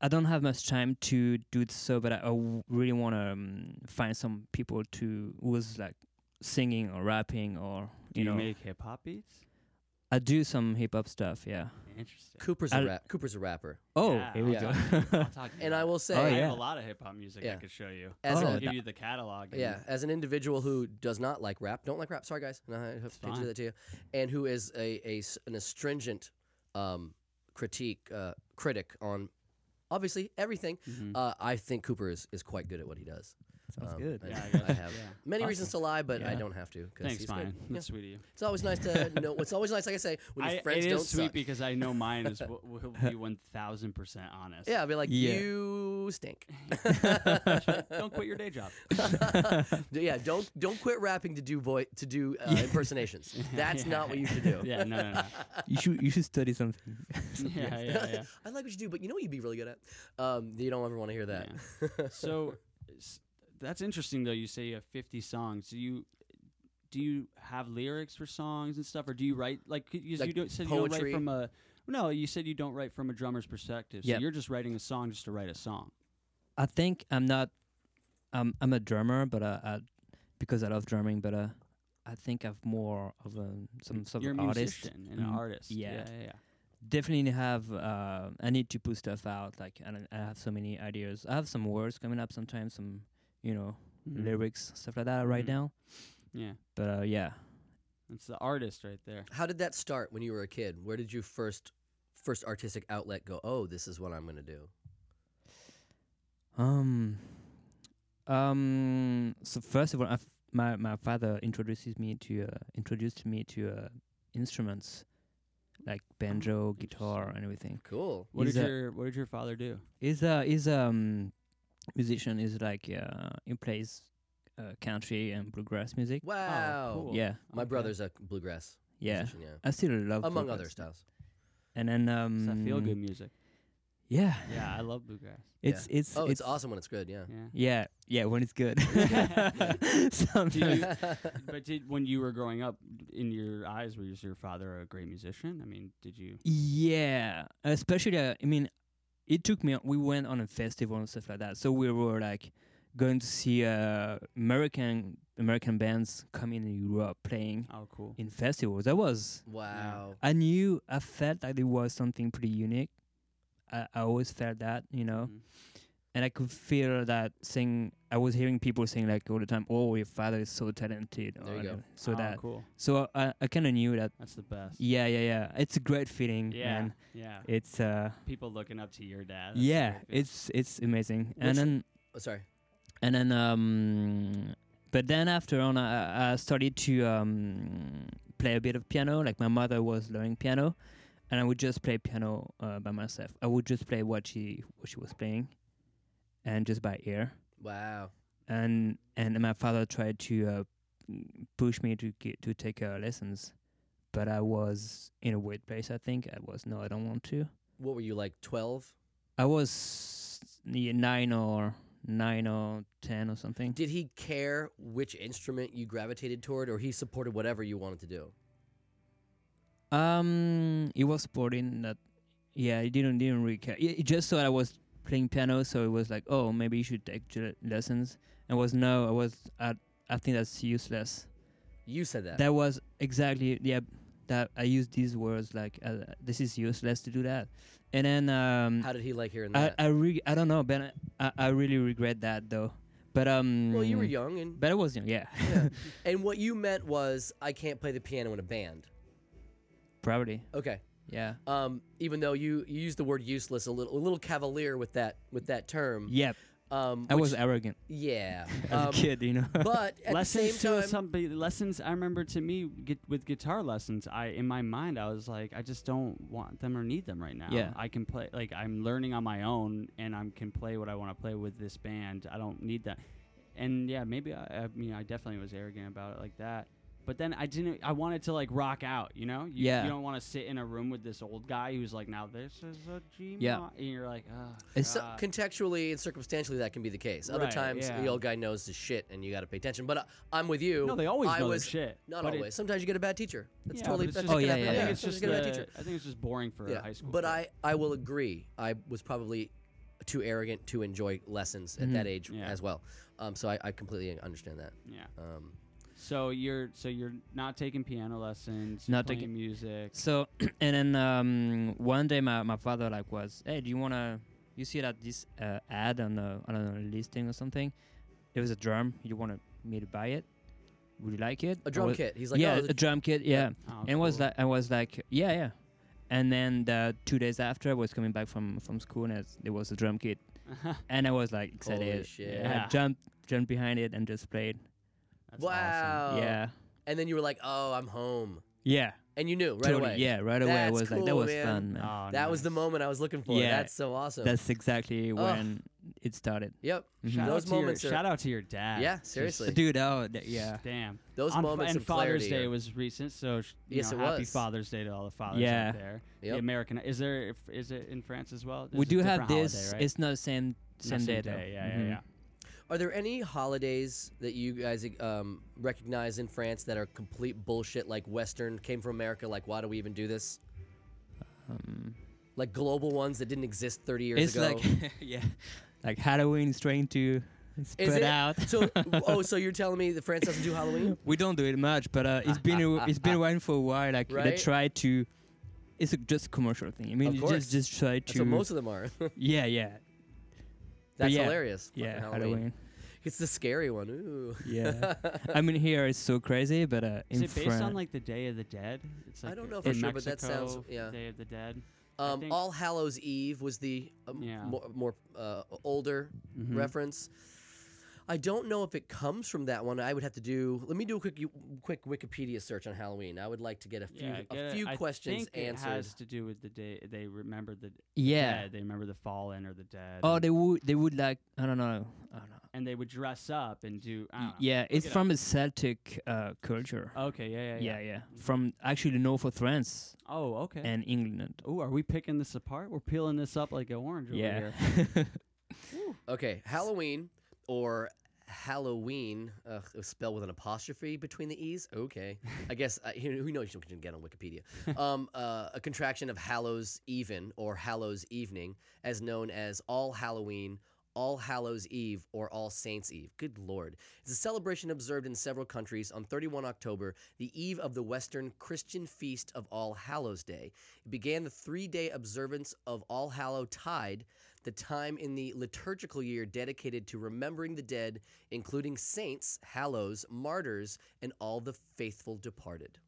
S3: I don't have much time to do it so, but I, I w- really want to um, find some people to who was like singing or rapping or
S4: do
S3: you
S4: you,
S3: know.
S4: make hip hop beats?
S3: I do some hip hop stuff. Yeah.
S4: Interesting.
S1: Cooper's a
S3: I-
S1: rap, Cooper's a rapper,
S3: Oh,
S4: Yeah,
S3: here we
S1: I'll
S3: go.
S4: I'll talk to you
S1: and I
S4: about
S1: will say,
S3: Oh,
S4: I
S3: yeah.
S4: have a lot of hip hop music
S1: Yeah.
S4: I could show you.
S1: as
S3: Oh,
S1: an,
S4: I'll
S3: that-
S4: give you the catalog. and-
S1: Yeah, as an individual who does not like rap, don't like rap. Sorry, guys, no, I hope
S4: It's
S1: I hate to do
S4: fine.
S1: that to you, and who is a, a s- an astringent um, critique uh, critic on obviously everything.
S4: Mhm.
S1: Uh, I think Cooper is, is quite good at what he does.
S3: Sounds
S1: Um,
S3: good.
S1: I,
S4: Yeah, I got
S1: I
S4: you.
S1: have
S4: Yeah.
S1: many reasons to lie, but I
S3: Yeah.
S1: don't have to. 'cause
S4: Thanks,
S1: he's good.
S4: mine.
S1: Yeah.
S4: That's sweet of you.
S1: It's always nice to know. It's always nice, like I say, when your
S4: I,
S1: friends
S4: it
S1: don't
S4: is sweet
S1: suck.
S4: because I know mine is will, will be one thousand percent honest.
S1: yeah, I'll be like,
S3: Yeah.
S1: you stink.
S4: Don't quit your day job.
S1: yeah, don't don't quit rapping to do voi- to do uh, impersonations. That's not what you should do.
S4: Yeah, no, no, no.
S3: you should you should study something.
S4: yeah, yeah, yeah.
S1: I like what you do, but you know what you'd be really good at? Um, you don't ever want to hear that.
S4: So, s- That's interesting though. You say you have 50 songs. Do you do you have lyrics for songs and stuff, or do you write like 'cause you
S1: Like
S4: don't, said you don't
S1: poetry?
S4: write from a no, you said you don't write from a drummer's perspective. So
S3: Yep.
S4: you're just writing a song just to write a song.
S3: I think I'm not. Um, I'm a drummer, but uh, I, because I love drumming, but uh, I think I've more of a some sort
S4: you're a
S3: of artist.
S4: musician and an
S3: Mm,
S4: artist.
S3: yeah.
S4: yeah, yeah. yeah.
S3: Definitely have. Uh, I need to put stuff out. Like I, don't- I have so many ideas. I have some words coming up sometimes. Some you know
S4: Mhm.
S3: lyrics stuff like that I write
S4: Mhm.
S3: down.
S4: Yeah,
S3: But uh, yeah,
S4: it's the artist right there.
S1: How did that start when you were a kid? Where did you first first artistic outlet go? Oh, this is what I'm gonna do.
S3: Um, um. So first of all, I f- my my father introduces me to uh, introduced me to uh, instruments like banjo, guitar, and everything.
S1: Cool.
S4: What
S3: He's
S4: did
S3: a-
S4: your What did your father do?
S3: He's a he's um musician. Is like uh, he plays uh, country and bluegrass music.
S1: Wow.
S4: Oh, cool.
S3: Yeah,
S1: My
S4: Okay. Oh,
S1: brother's a bluegrass
S3: yeah.
S1: musician, yeah.
S3: I still love
S1: Among
S3: bluegrass.
S1: other styles.
S3: And then um,
S4: It's that feel good music.
S3: Yeah,
S4: Yeah, I love bluegrass.
S3: it's it's
S1: Oh, it's, awesome when it's good, yeah.
S4: Yeah.
S3: Yeah, yeah. When it's good. Sometimes.
S4: but did when you were growing up, in your eyes, was your father a great musician? I mean, did you?
S3: Yeah, especially uh, I mean, it took me. We went on a festival and stuff like that, so we were like going to see uh, American American bands come in Europe playing
S4: Oh, cool.
S3: in festivals. That was
S1: wow.
S3: I knew I felt like there was something pretty unique. I, I always felt that you know,
S4: Mhm.
S3: and I could feel that thing. I was hearing people saying like all the time, "Oh, your father is so talented."
S1: There you
S3: or
S1: go.
S3: whatever. So
S4: Oh,
S3: that
S4: cool.
S3: so I I kind of knew that.
S4: That's the best.
S3: Yeah, yeah, yeah. It's a great feeling,
S4: yeah,
S3: man.
S4: yeah.
S3: It's uh
S4: People looking up to your dad. that's
S3: yeah,
S4: what I feel.
S3: it's it's amazing.
S1: Which-
S3: and then
S1: Oh, sorry.
S3: and then um, but then after on I, I started to um play a bit of piano. Like my mother was learning piano, and I would just play piano uh, by myself. I would just play what she what she was playing, and just by ear.
S1: Wow.
S3: And and my father tried to uh, push me to get, to take uh, lessons, but I was in a weird place. I think I was no, I don't want to.
S1: What were you like twelve?
S3: I was yeah, nine or nine or ten or something.
S1: Did he care which instrument you gravitated toward or he supported whatever you wanted to do?
S3: Um, it was sporting that. Yeah, it didn't didn't really care. It, it just thought I was playing piano, so it was like, oh, maybe you should take j- lessons. And was no, I was. I, I think that's useless.
S1: You said that.
S3: That was exactly yeah. That I used these words like, uh, this is useless to do that. And then um,
S1: How did he like hearing
S3: I
S1: that?
S3: I re- I don't know, Ben. I, I really regret that though. But um,
S1: well, you were young and
S3: But I was young, yeah,
S1: and what you meant was I can't play the piano in a band.
S3: probably,
S1: Okay.
S3: yeah,
S1: Um, even though you, you used the word useless a little a little cavalier with that with that term.
S3: yep.
S1: Um,
S3: I
S1: which-
S3: was arrogant
S1: Yeah.
S3: as
S1: Um,
S3: a kid, you know.
S1: But at the same
S4: lessons to
S1: time,
S4: somebody lessons i remember to me get, with guitar lessons i in my mind i was like i just don't want them or need them right now
S3: Yeah.
S4: i can play like i'm learning on my own and i can play what i want to play with this band i don't need that and yeah maybe i i mean i definitely was arrogant about it like that but then I didn't. I wanted to like rock out, you know. You,
S3: Yeah.
S4: You don't want to sit in a room with this old guy who's like, "Now this is a G."
S3: Yeah.
S4: And you're like, "Oh."
S3: It's
S1: So,
S4: God."
S1: contextually and circumstantially, that can be the case. Other
S4: Right,
S1: times,
S4: yeah.
S1: the old guy knows his shit, and you got to pay attention. But uh, I'm with you.
S4: no, they always
S1: I
S4: know their
S1: was,
S4: shit.
S1: Not
S4: but it-
S1: always. Sometimes you get a bad teacher. That's
S4: Yeah,
S1: totally.
S4: but it's
S1: That's
S4: just-
S3: Oh, yeah, yeah,
S4: I
S3: yeah.
S4: think
S3: Yeah.
S4: it's
S1: Sometimes
S4: just
S1: you get a bad
S4: the-
S1: teacher.
S4: I think it's just boring for a high school.
S1: But
S4: kid.
S1: I, I will agree. I was probably too arrogant to enjoy lessons at that age
S4: Mm-hmm. Yeah.
S1: as well. Um, so I, I completely understand that.
S4: yeah.
S1: Um,
S4: So you're so you're not taking piano lessons.
S3: Not
S4: Not
S3: taking-
S4: taking music.
S3: So and then um, one day my, my father like was, hey, do you wanna? You see that this uh, ad on a on a listing or something? There was a drum. You wanna me to buy it? Would you like it?
S1: a
S3: I
S1: drum
S3: was-
S1: kit. He's like,
S3: yeah,
S1: oh,
S3: a drum kit. Yeah.
S4: Oh,
S3: and was
S4: cool.
S3: like, I was like, yeah, yeah. And then the two days after, I was coming back from from school, and it's- there was a drum kit, and I was like excited.
S1: Holy shit.
S3: And I
S4: Yeah.
S3: jumped jumped behind it and just played.
S4: That's
S1: wow.
S3: Yeah.
S1: And then you were like, oh, I'm home.
S3: Yeah.
S1: And you knew right
S3: totally.
S1: away.
S3: Yeah. Right away. I
S1: That's
S3: was like, that
S1: cool,
S3: was
S1: man.
S3: fun, man.
S4: Awesome. Oh,
S1: That was the
S4: nice.
S1: moment I was looking for.
S3: Yeah.
S1: That's so awesome.
S3: That's exactly
S1: Ugh.
S3: when it started.
S1: yep.
S3: Mhm.
S4: Mm-hmm. Shout
S1: Those
S4: out to your-
S1: moments are-
S4: shout out to your dad.
S1: Yeah,
S4: Just-
S1: seriously.
S3: Dude, oh, th- yeah.
S4: Damn.
S1: Those
S4: On-
S1: moments
S4: and
S1: of
S4: Father's
S1: clarity
S4: Day
S1: are-
S4: was recent, so sh- you
S1: Yes,
S4: know,
S1: it
S4: happy
S1: was.
S4: Father's Day to all the fathers
S3: Yeah.
S4: out there.
S1: Yep.
S4: The American is there if- is it in France as well?
S3: we
S4: It's a
S3: do have
S4: different holiday,
S3: this.
S4: right?
S3: It's not the same,
S4: Not
S3: same,
S4: same
S3: though.
S4: day, yeah,
S3: Mhm.
S4: yeah, yeah.
S1: Are there any holidays that you guys um, recognize in France that are complete bullshit, like Western came from America? Like, why do we even do this? like global ones that didn't exist 30 years
S3: It's
S1: ago.
S3: like yeah, like Halloween is trying to
S1: Is
S3: spread
S1: it-
S3: out.
S1: so, oh, so you're telling me that France doesn't do Halloween?
S3: we don't do it much, but uh, it's been a, it's been around for a while. Like they
S1: Right?
S3: try to, it's a, just a commercial thing. I mean,
S1: Of
S3: you just
S1: course.
S3: just try to.
S1: That's what most of them are.
S3: yeah, yeah,
S1: That's
S3: yeah.
S1: hilarious. Fucking
S3: yeah.
S1: Halloween.
S3: Halloween.
S1: It's the scary one. Ooh.
S3: Yeah. I mean, here it's so crazy, but uh,
S4: Is
S3: in
S4: it based
S3: France,
S4: on like the Day of the Dead? It's
S1: I
S4: like
S1: don't
S4: a-
S1: know for
S4: in
S1: sure, but that
S4: Mexico,
S1: sounds- yeah.
S4: Day of the Dead. I
S1: Um,
S4: think-
S1: All Hallows Eve was the um,
S4: Yeah. Mm-hmm.
S1: more, more uh, older reference. I don't know if it comes from that one. I would have to do. Let me do a quick quick Wikipedia search on Halloween. I would like to get a few
S4: Yeah, I get
S1: a
S4: it.
S1: few
S4: I
S1: questions
S4: think
S1: answered.
S4: It has to do with the day they remember the
S3: yeah.
S4: dead. They remember the fallen or the dead.
S3: Oh,
S4: and-
S3: they would they would like I don't know. I don't know.
S4: and they would dress up and do. I don't know.
S3: Yeah, it's
S4: it up.
S3: from a Celtic uh, culture.
S4: Okay. Yeah. Yeah. Yeah.
S3: yeah, yeah. From actually the north of France
S4: Oh. Okay.
S3: and England.
S4: oh, are we picking this apart? We're peeling this up like an orange over
S3: Yeah.
S4: here.
S1: Okay, Halloween or Halloween, uh, spelled with an apostrophe between the e's. Okay, I guess uh, who who knows? You can get on Wikipedia. Um, uh, a contraction of Hallows Even or Hallows Evening, as known as All Halloween. All Hallows Eve or All Saints Eve. Good Lord. It's a celebration observed in several countries on 31 October, the eve of the Western Christian feast of All Hallows Day. It began the three day observance of All Hallow Tide, the time in the liturgical year dedicated to remembering the dead, including saints, hallows, martyrs, and all the faithful departed.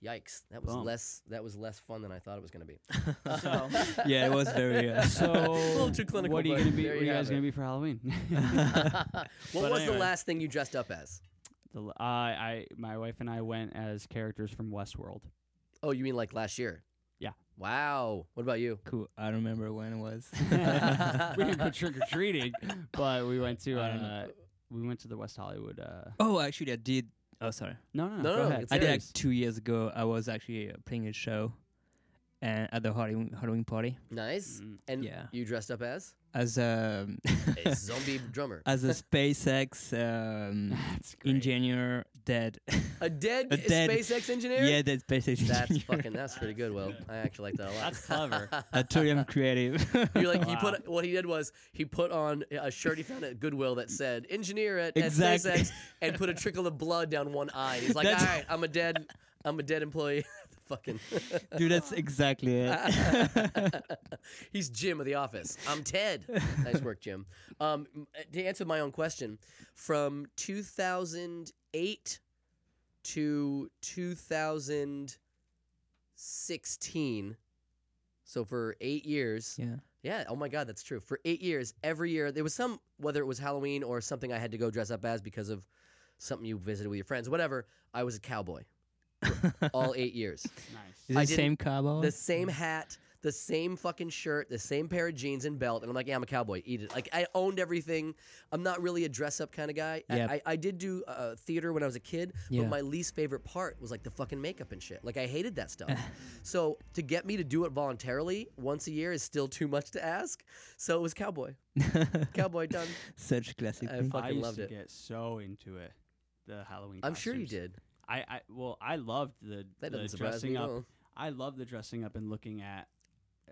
S1: Yikes! That was
S4: Bump.
S1: less. That was less fun than I thought it was going to be.
S4: So,
S3: yeah, it was very. Uh,
S4: so
S1: little too clinical,
S4: What are you
S1: but
S4: gonna be?
S1: there
S4: What are
S1: you
S4: you
S1: have
S4: guys gonna
S1: it.
S4: be for Halloween?
S1: what was the
S4: anyway.
S1: last thing you dressed up as?
S4: the, l- I I, my wife and I went as characters from Westworld.
S1: Oh, you mean like last year?
S4: Yeah.
S1: Wow. What about you?
S3: cool. I don't remember when it was.
S4: we didn't go trick or treating, but we went to I don't know. We went to the West Hollywood. Uh,
S3: oh, actually, I did. Oh, sorry.
S4: no, no, no.
S1: No,
S4: go
S1: no,
S4: ahead.
S1: it's
S3: I did
S1: Serious?
S3: like two years ago. I was actually uh, playing a show, and at the Halloween Halloween party
S1: Nice.
S4: Mm,
S1: And
S3: yeah.
S1: you dressed up as
S3: as a
S1: a zombie drummer.
S3: as a SpaceX um,
S4: That's great.
S3: engineer dead.
S1: A dead,
S3: A dead-
S1: SpaceX engineer?
S3: yeah, dead SpaceX
S1: That's
S3: engineer.
S1: fucking. That's pretty good. Well, I actually like that a lot.
S4: That's clever.
S3: I told you I'm creative.
S1: You're like he
S4: Wow.
S1: put what he did was he put on a shirt he found at Goodwill that said engineer at,
S3: Exactly.
S1: at SpaceX and put a trickle of blood down one eye. He's like,
S3: That's-
S1: all right, I'm a dead, I'm a dead employee. Fucking,
S3: Dude,
S1: "Ah."
S3: that's exactly it.
S1: he's Jim of the office. I'm Ted. Nice work, Jim. Um, m- to answer my own question, from 2008 to 2016, so for eight years.
S3: yeah.
S1: Yeah. Oh my God, that's true. For eight years, every year there was some whether it was Halloween or something I had to go dress up as because of something you visited with your friends, whatever. I was a cowboy. for all eight years,
S4: nice.
S3: Is
S1: Oh, I
S3: it the
S1: didn't-
S3: same cowboy?
S1: the same hat, the same fucking shirt, the same pair of jeans and belt, and I'm like, yeah, I'm a cowboy. Eat it. Like I owned everything. I'm not really a dress up kind of guy. I-
S3: Yeah.
S1: I, I did do uh, theater when I was a kid,
S3: Yeah.
S1: but my least favorite part was like the fucking makeup and shit. Like I hated that stuff. so to get me to do it voluntarily once a year is still too much to ask. So it was cowboy. Cowboy done.
S3: Such classic.
S1: I
S3: thing.
S1: fucking
S4: I used
S1: loved
S4: to
S1: it.
S4: get so into it. The Halloween.
S1: I'm sure you
S4: costumes.
S1: did.
S4: I, I well, I loved the,
S1: That
S4: the
S1: doesn't surprise me
S4: dressing
S1: at
S4: up.
S1: all.
S4: I love the dressing up and looking at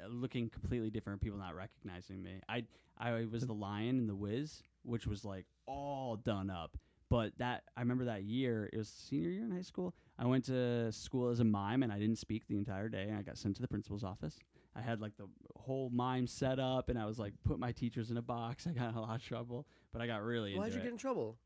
S4: uh, looking completely different people not recognizing me. I I was the lion in the Wiz, which was like all done up. But that I remember that year, it was senior year in high school. I went to school as a mime and I didn't speak the entire day and I got sent to the principal's office. I had like the whole mime set up and I was like put my teachers in a box. I got in a lot of trouble, but I got really
S1: Why'd
S4: into
S1: you
S4: it.
S1: get in trouble?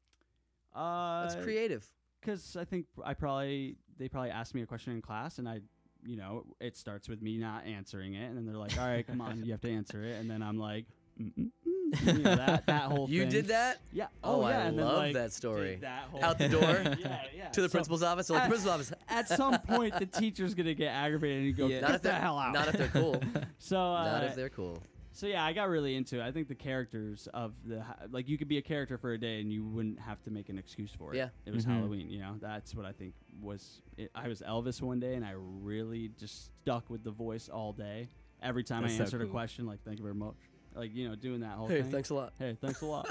S4: uh,
S1: That's creative.
S4: because I think I probably they probably asked me a question in class, and I, you know, it starts with me not answering it, and then they're like, "All right, come on, you have to answer it," and then I'm like, mm, mm, mm, you know, that that whole
S1: You
S4: thing.
S1: did that?
S4: yeah.
S1: Oh,
S4: Oh, yeah.
S1: I
S4: and then,
S1: love
S4: like,
S1: that story.
S4: did that whole
S1: Out the
S4: thing.
S1: door?
S4: yeah, yeah.
S1: To the
S4: So
S1: principal's office? So the
S4: I-
S1: principal's office.
S4: At some point, the teacher's gonna get aggravated and go,
S3: Yeah.
S4: "Get
S1: Not if
S4: the
S1: they're-
S4: hell out!"
S1: Not if they're cool.
S4: so, uh,
S1: Not if they're cool.
S4: so yeah, I got really into it. I think the characters of the ha- like you could be a character for a day and you wouldn't have to make an excuse for it.
S1: Yeah.
S4: it was
S3: Mhm.
S4: Halloween. You know, that's what I think was. It, I was Elvis one day and I really just stuck with the voice all day. Every time
S3: That's
S4: I
S3: so
S4: answered a
S3: cool.
S4: question, like thank you very much. like you know doing that whole
S1: Hey,
S4: thing.
S1: thanks a lot.
S4: Hey, thanks a lot.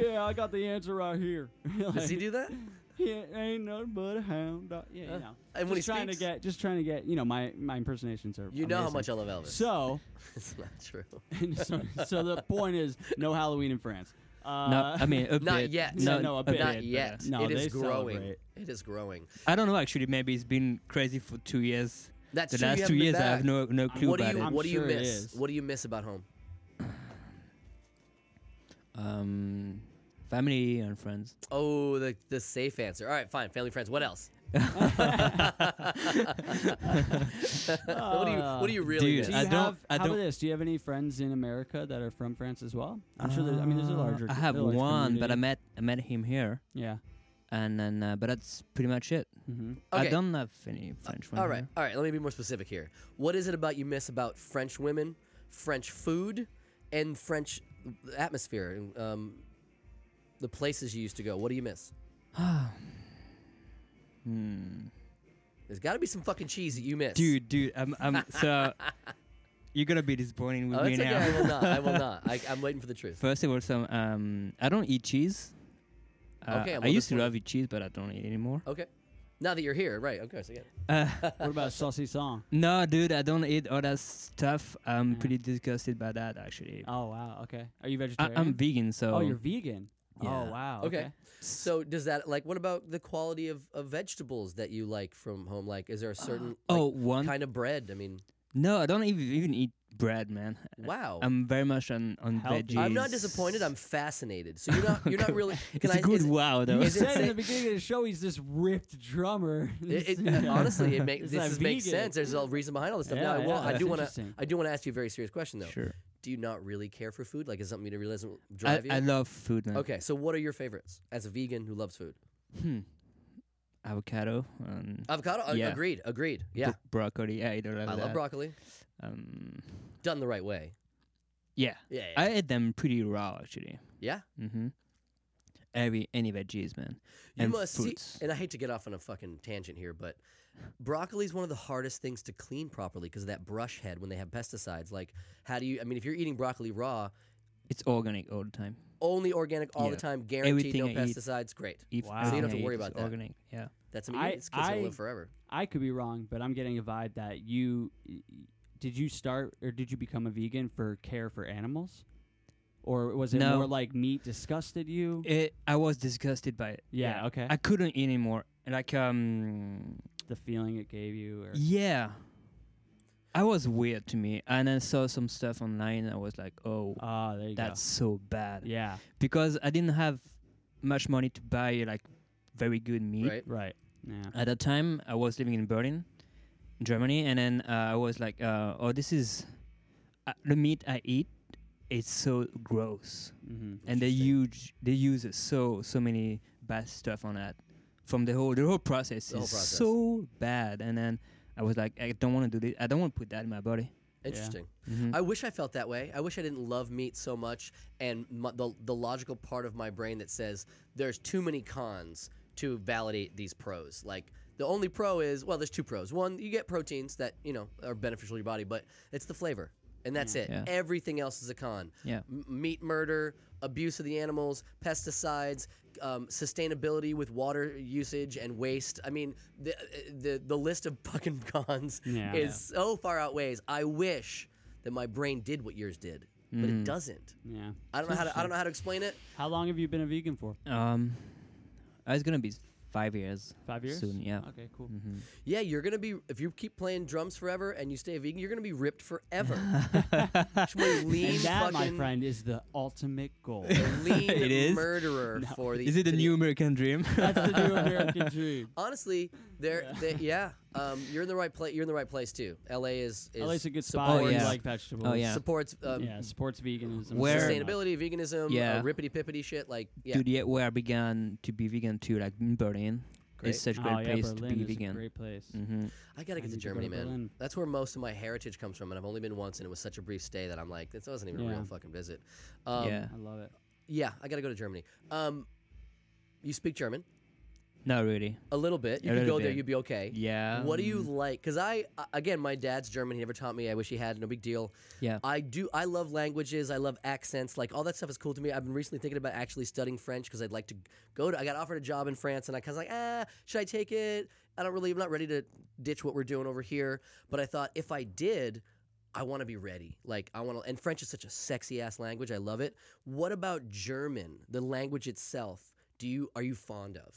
S4: yeah, I got the answer right here.
S1: Does he
S4: Like,
S1: do that?
S4: Yeah, ain't nothing but a hound dog. Yeah, you
S1: Uh,
S4: know.
S1: and
S4: just
S1: when he
S4: trying
S1: speaks?
S4: to get, just trying to get, you know, my my impersonations are.
S1: You know how
S4: amazing.
S1: much I love Elvis.
S4: So,
S1: it's not true.
S4: so, so the point is, no Halloween in France. Uh,
S3: No, I mean, a
S1: Not
S3: bit.
S1: yet.
S4: No, no, a bit.
S1: Not
S3: but, uh,
S1: yet.
S4: No,
S1: it is
S4: they
S1: growing.
S4: celebrate.
S1: It is growing.
S3: I don't know. Actually, maybe it's been crazy for two years.
S1: That's
S3: the
S1: true, you
S3: last
S1: haven't
S3: two
S1: been
S3: years, I
S1: back.
S3: have no no clue
S1: What do
S3: about
S1: you
S3: it.
S4: I'm
S1: What do you
S4: sure it
S1: miss?
S4: is.
S1: What do you miss about home?
S3: Um, family and friends.
S1: Oh, the the safe answer. All right, fine. Family, friends. What else? what do you What
S4: Uh,
S1: do you really
S3: Uh, dude,
S1: miss?
S4: do you
S3: I
S4: have,
S3: don't- I
S4: how about
S3: don't-
S4: this? Do you have any friends in America that are from France as well? I'm sure. There's, I mean, there's a larger.
S3: Uh, I have
S4: a large
S3: one, but I
S4: community.
S3: met I met him here,
S4: Yeah.
S3: and then uh, but that's pretty much it.
S4: hmm
S1: Okay.
S3: I don't have any French. one
S1: all right,
S3: here.
S1: all right. Let me be more specific here. What is it about you miss about French women, French food, and French atmosphere? and, Um, the places you used to go. What do you miss?
S3: Hmm.
S1: There's got to be some fucking cheese that you miss,
S3: Dude, dude, I'm, I'm so you're gonna be disappointed with
S1: Oh,
S3: me
S1: that's okay.
S3: now.
S1: I will not. I will not. I, I'm waiting for the truth.
S3: First of all, some um, I don't eat cheese. Uh,
S1: Okay, well,
S3: I used
S1: this
S3: to
S1: one-
S3: love eat cheese, but I don't eat anymore.
S1: Okay. Now that you're here, right? Of course, I get it.
S3: Uh,
S4: What about saucisson?
S3: No, dude, I don't eat all that stuff. I'm
S1: Mm.
S3: pretty disgusted by that actually.
S4: Oh wow. Okay. Are you
S3: I,
S4: vegetarian?
S3: I'm vegan, so
S4: Oh, you're vegan.
S3: Yeah.
S4: Oh wow.
S1: Okay.
S4: Okay.
S1: So does that like what about the quality of, of vegetables that you like from home? Like, is there a certain
S3: oh
S1: like,
S3: one
S1: kind of bread? I mean,
S3: no, I don't even even eat bread, man.
S1: wow.
S3: Uh, I'm very much on on
S4: Healthy.
S3: veggies.
S1: I'm not disappointed. I'm fascinated. So you're not. You're not really.
S3: It's a good
S1: is-
S3: wow though.
S4: He
S1: Is it
S4: said in
S1: sa-
S4: the beginning of the show he's this ripped drummer.
S1: it- it- honestly, it makes
S4: It's
S1: this
S4: like
S1: is, makes
S4: vegan.
S1: sense. There's a reason behind all this stuff.
S4: Yeah,
S1: now, I will.
S4: yeah,
S1: I
S4: that's
S1: do want to.
S4: interesting.
S1: I do want to ask you a very serious question though.
S3: Sure.
S1: Do you not really care for food? Like, is it something that really doesn't
S3: I,
S1: drive
S3: I
S1: you?
S3: love food, man.
S1: okay. So what are your favorites as a vegan who loves food?
S3: Hmm. Avocado and
S1: Avocado. uh,
S3: Yeah.
S1: Agreed. Agreed. Yeah.
S3: bro- broccoli. Yeah, I don't love
S1: I
S3: that.
S1: love broccoli.
S3: Um,
S1: Done the right way.
S3: yeah.
S1: Yeah. yeah,
S3: I ate them pretty raw actually.
S1: yeah.
S3: Mm-hmm. Every any veggies, man.
S1: You
S3: and
S1: must
S3: fruits.
S1: see, and I hate to get off on a fucking tangent here, but broccoli is one of the hardest things to clean properly because of that brush head when they have pesticides. Like, how do you? I mean, if you're eating broccoli raw,
S3: it's organic all the time.
S1: only organic all
S3: Yeah.
S1: the time, guaranteed
S3: Everything
S1: no
S3: I eat-
S1: pesticides. Great,
S3: If
S4: Wow. So you
S1: have
S4: don't
S1: to
S3: everything I
S1: worry
S3: eat is
S1: about that.
S3: Organic, yeah.
S1: that's I mean,
S4: I-
S1: it's kids gonna
S4: I-
S1: live forever.
S4: I could be wrong, but I'm getting a vibe that you did you start or did you become a vegan for care for animals, or was it
S3: No.
S4: more like meat disgusted you?
S3: It, I was disgusted by it.
S4: yeah, Okay.
S3: I couldn't eat anymore. Like um,
S4: the feeling it gave you. Or,
S3: yeah. I was weird to me, and I saw some stuff online. And I was like, oh,
S4: Ah, there you
S3: that's so bad.
S4: go. Yeah.
S3: Because I didn't have much money to buy like very good meat.
S1: Right?
S4: Right. Yeah.
S3: at that time i was living in berlin germany and then uh, i was like uh, oh this is uh, the meat i eat it's so gross
S4: Mm-hmm.
S3: and they
S1: Interesting.
S3: use they use so so many bad stuff on that from the whole the whole process
S1: The whole
S3: is
S1: process.
S3: so bad and then i was like i don't want to do this i don't want to put that in my body
S1: Interesting.
S3: Mhm.
S1: I wish I felt that way. I wish I didn't love meat so much, and m the the logical part of my brain that says there's too many cons to validate these pros. Like the only pro is well, there's two pros. One, you get proteins that you know are beneficial to your body, but it's the flavor, and that's it.
S3: Yeah.
S1: Everything else is a con.
S3: Yeah.
S1: M- meat murder, abuse of the animals, pesticides, um, sustainability with water usage and waste. I mean, the the, the list of fucking cons
S4: Yeah.
S1: is so far outweighs. I wish that my brain did what yours did, but
S4: Mm.
S1: it doesn't.
S4: Yeah.
S1: I don't know how to. I don't know how to explain it.
S4: How long have you been a vegan for?
S3: um it's gonna be five years
S4: Five years.
S3: soon yeah Mm-hmm.
S4: Okay. Cool.
S1: Yeah, you're gonna be if you keep playing drums forever and you stay a vegan, you're gonna be ripped forever. Just more lean
S4: And that, my
S1: fucking
S4: friend, is the ultimate goal.
S1: lean
S3: It is?
S1: murderer for the.
S3: is it a
S1: to the-
S3: new american dream
S4: That's the new American dream.
S1: Honestly, there, yeah. yeah um, you're in the right place. You're in the right place too. LA is, is
S4: At least a good spot.
S1: supports,
S3: Oh,
S4: where you
S3: yeah.
S4: like vegetables.
S3: Oh, yeah.
S1: supports um,
S4: Yeah. Sports veganism.
S3: Where-
S1: sustainability, veganism, uh,
S3: Yeah.
S1: rippity pippity shit. Like, yeah,
S3: Dude, yeah, where I began to be vegan too, like in Berlin.
S1: Great.
S3: It's such a
S4: Oh,
S3: great
S4: yeah,
S3: place
S4: Berlin
S3: to be
S4: is a
S3: vegan.
S4: great place.
S3: hmm
S1: I gotta
S4: I
S1: get to
S4: need to go
S1: Germany,
S4: to
S1: man.
S4: Berlin.
S1: That's where most of my heritage comes from, and I've only been once, and it was such a brief stay that I'm like, this wasn't even a real
S4: Yeah.
S1: fucking visit. Um,
S3: yeah.
S4: I love it.
S1: yeah, I gotta go to Germany. Um, you speak German?
S3: Not really.
S1: A little bit. You
S3: A
S1: could
S3: little
S1: go there,
S3: bit.
S1: you'd be okay.
S3: Yeah.
S1: What do you like? Because I, uh, again, my dad's German. He never taught me. I wish he had. No big deal.
S3: Yeah.
S1: I do. I love languages. I love accents. Like all that stuff is cool to me. I've been recently thinking about actually studying French because I'd like to go to. I got offered a job in France, and I kind of like, ah, should I take it? I don't really. I'm not ready to ditch what we're doing over here. But I thought if I did. I want to be ready. Like I want to, and French is such a sexy ass language. I love it. What about German, the language itself? Do you are you fond of?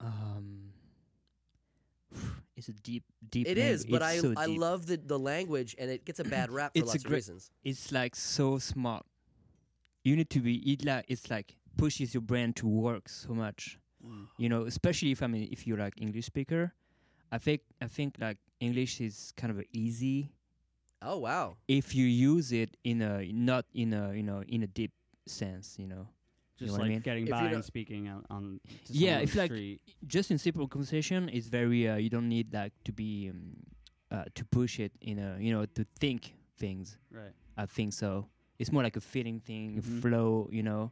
S3: Um, it's a deep, deep.
S1: It
S3: langu-
S1: is, but
S3: it's
S1: I
S3: so
S1: I
S3: deep.
S1: love the, the language and it gets a bad rap for
S3: It's a
S1: lots of
S3: great-
S1: reasons.
S3: It's like so smart. You need to be. It like it's like pushes your brain to work so much. You know, especially if I mean if you're like English speaker, I think I think like English is kind of easy
S1: Oh wow.
S3: if you use it in a not in a you know in a deep sense. You know,
S4: Just
S3: what I
S4: like
S3: mean?
S4: getting
S1: If
S4: by
S1: you
S4: and
S1: don't-
S4: speaking on, on to someone
S3: Yeah,
S4: on
S3: if
S4: the
S3: like-
S4: street.
S3: just in simple conversation, it's very. Uh, you don't need like to be um, uh, to push it in a you know to think things.
S4: right.
S3: I think so. It's more like a feeling thing,
S4: Mhm.
S3: flow, you know,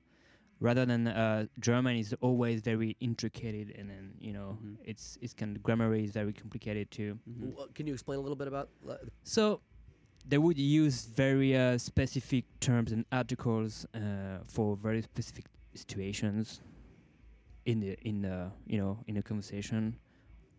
S3: rather than uh, German is always very intricate and then you know
S4: Mhm.
S3: it's it's kind of grammar is very complicated too.
S4: Mhm.
S1: Wha- Can you explain a little bit about la-
S3: So they would use very uh, specific terms and articles uh, for very specific situations in the in the you know in a conversation.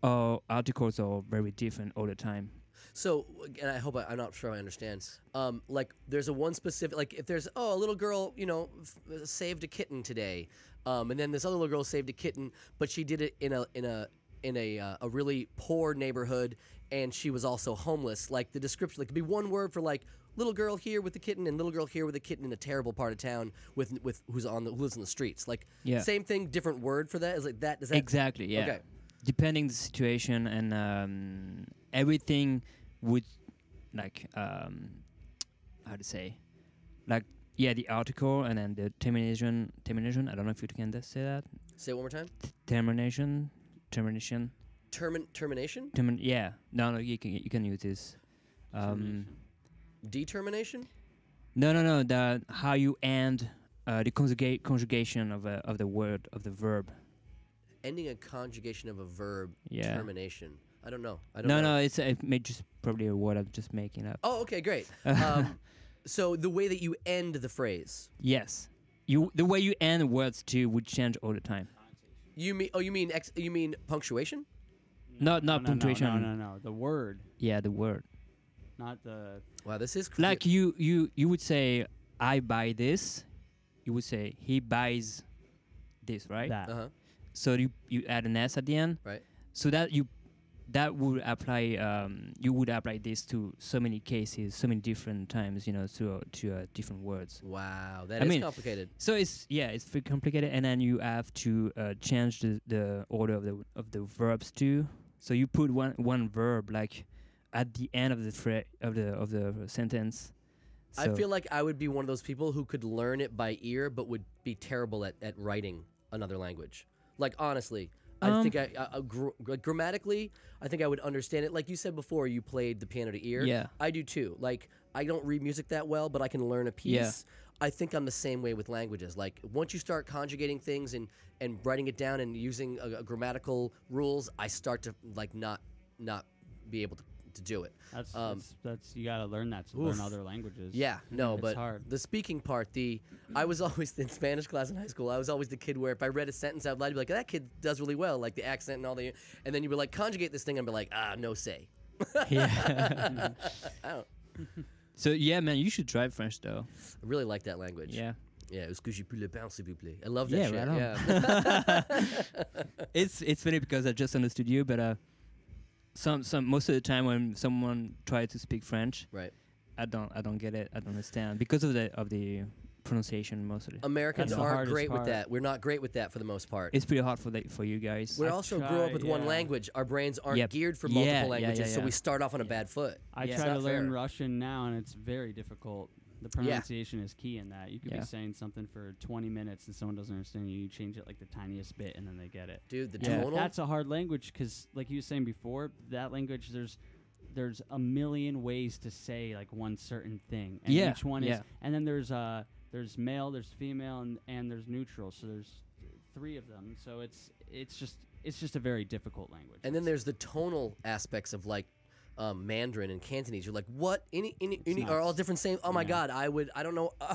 S3: Our articles are very different all the time.
S1: So and I hope I, I'm not sure I understand. Um like there's a one specific like if there's oh a little girl, you know, f- saved a kitten today. Um and then this other little girl saved a kitten, but she did it in a in a in a uh, a really poor neighborhood and she was also homeless. Like the description like could be one word for like little girl here with the kitten and little girl here with the kitten in a terrible part of town with with who's on the who lives in the streets. Like
S3: Yeah.
S1: same thing, different word for that. Is like that does that
S3: Exactly. Yeah.
S1: Okay.
S3: Depending the situation and um, everything would like um, how to say like yeah the article and then the termination termination I don't know if you can just say that
S1: say it one more time?
S3: termination termination
S1: Termin termination?
S3: termin yeah no no you can you can use this um,
S4: Termination.
S1: Determination?
S3: no no no the how you end uh, the conjugate conjugation of a, of the word of the verb
S1: ending a conjugation of a verb
S3: yeah
S1: termination. I don't know. I don't
S3: no
S1: know.
S3: no it's it may just probably a word I'm just making up
S1: Oh, okay, great. Um, so the way that you end the phrase,
S3: Yes. You the way you end words too would change all the time.
S1: you mean? Oh, you mean ex- you mean punctuation?
S3: Not
S4: No,
S3: not
S4: no,
S3: punctuation.
S4: No, no, no, no. The word,
S3: Yeah, the word.
S4: not the.
S1: Wow, this is
S3: Like you you you would say I buy this. You would say he buys this, right?
S4: That.
S1: Uh huh.
S3: So you you add an s at the end.
S1: Right.
S3: So that you that would apply um you would apply this to so many cases, so many different times, you know, to uh, to uh, different words.
S1: Wow, that is
S3: I mean-
S1: complicated.
S3: So it's yeah, it's pretty complicated, and then you have to uh, change the, the order of the of the verbs too. So you put one one verb like at the end of the fra- of the of the sentence.
S1: I
S3: So-
S1: feel like I would be one of those people who could learn it by ear, but would be terrible at, at writing another language. Like honestly, I
S3: Um,
S1: think I, I, I gr- like, grammatically, I think I would understand it. Like you said before, you played the piano to ear.
S3: Yeah.
S1: I do too. Like I don't read music that well, but I can learn a piece.
S3: Yeah.
S1: I think I'm the same way with languages. Like once you start conjugating things and and writing it down and using a, a grammatical rules, I start to like not not be able to, to do it.
S4: That's,
S1: Um,
S4: that's that's you gotta learn that to
S1: oof.
S4: learn other languages.
S1: Yeah, no,
S4: it's
S1: but
S4: hard.
S1: the speaking part, the I was always in Spanish class in high school. I was always the kid where if I read a sentence out loud, you'd be like, "That kid does really well," like the accent and all the, and then you'd be like, "Conjugate this thing," and I'd be like, "Ah, no say."
S3: yeah.
S1: I don't
S3: so yeah, man, you should try French though.
S1: I really like that language.
S3: Yeah.
S1: yeah. Est-ce que j'ai pu le pain, s'il vous plaît? I love that
S3: Yeah,
S1: shit.
S3: right on.
S1: Yeah,
S3: It's it's funny because I just understood you, but uh, some some most of the time when someone tries to speak French,
S1: right.
S3: I don't I don't get it. I don't understand because of the of the pronunciation mostly.
S1: Americans
S4: That's the
S1: aren't
S4: hardest
S1: great with
S4: part.
S1: that. We're not great with that for the most part.
S3: It's pretty hard for the, for you guys.
S1: we
S4: I
S1: also grew up
S4: try-
S1: with one
S4: yeah.
S1: language. Our brains aren't
S3: Yep.
S1: geared for
S3: Yeah,
S1: multiple
S3: yeah, yeah,
S1: languages, so
S3: yeah.
S1: we start off on a bad foot.
S4: I
S3: Yeah.
S4: try
S1: It's
S4: to
S1: not
S4: learn
S1: fair.
S4: Russian now, and it's very difficult. The pronunciation is key in that. You could
S3: Yeah.
S4: be saying something for 20 minutes, and someone doesn't understand you. You change it like the tiniest bit, and then they get it.
S1: Dude, the
S3: Yeah.
S1: tonal.
S4: That's a hard language because, like you were saying before, that language there's there's a million ways to say like one certain thing, and
S3: Yeah,
S4: each one
S3: yeah.
S4: is. And then there's uh there's male, there's female, and and there's neutral. So there's three of them. So it's it's just it's just a very difficult language.
S1: And then there's the tonal aspects of like um, Mandarin and Cantonese. You're like, what? Any, any, any
S4: not-
S1: are all different same? Oh my
S4: yeah.
S1: God, I would, I don't know. Uh,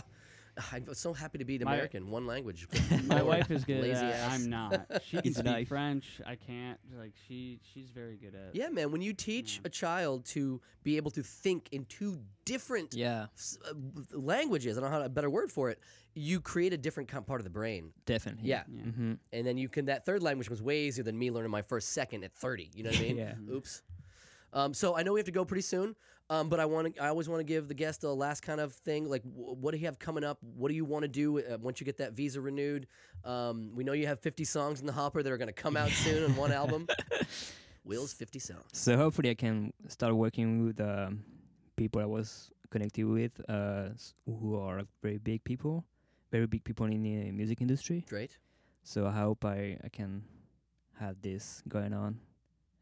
S1: I'm so happy to be an
S4: My-
S1: American. One language.
S4: my wife is good
S1: Lazy
S4: at that.
S1: ass.
S4: I'm not. She can
S2: He's
S4: speak
S2: nice.
S4: French. I can't. Like she she's very good at.
S1: Yeah, man. When you teach a child to be able to think in two different
S3: Yeah,
S1: s- uh, w- languages, I don't know how a better word for it, you create a different co- part of the brain.
S3: definitely.
S1: Yeah.
S4: Yeah.
S3: hmm
S1: And then you can, that third language was way easier than me learning my first second at 30. You know what I mean?
S3: Yeah.
S1: Oops. Um, so I know we have to go pretty soon, um, but I want to. I always want to give the guest the last kind of thing, like w- what do you have coming up? What do you want to do uh, once you get that visa renewed? Um, we know you have 50 songs in the hopper that are going to come out soon on one album. Will's 50 songs.
S3: So hopefully I can start working with um, people I was connected with, uh, s- who are very big people, very big people in the uh, music industry.
S1: Great.
S3: So I hope I, I can have this going on,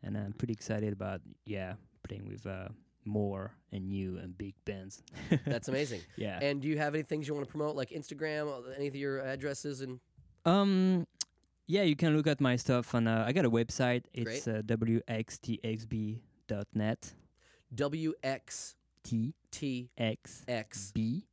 S3: and I'm pretty excited about yeah playing with uh, more and new and big bands.
S1: That's amazing.
S3: yeah.
S1: And do you have any things you want to promote, like Instagram, uh, any of your addresses? And
S3: Um, yeah, you can look at my stuff on. Uh, I got a website. It's uh, wxtxb.net.
S1: WXTX.
S3: T X B.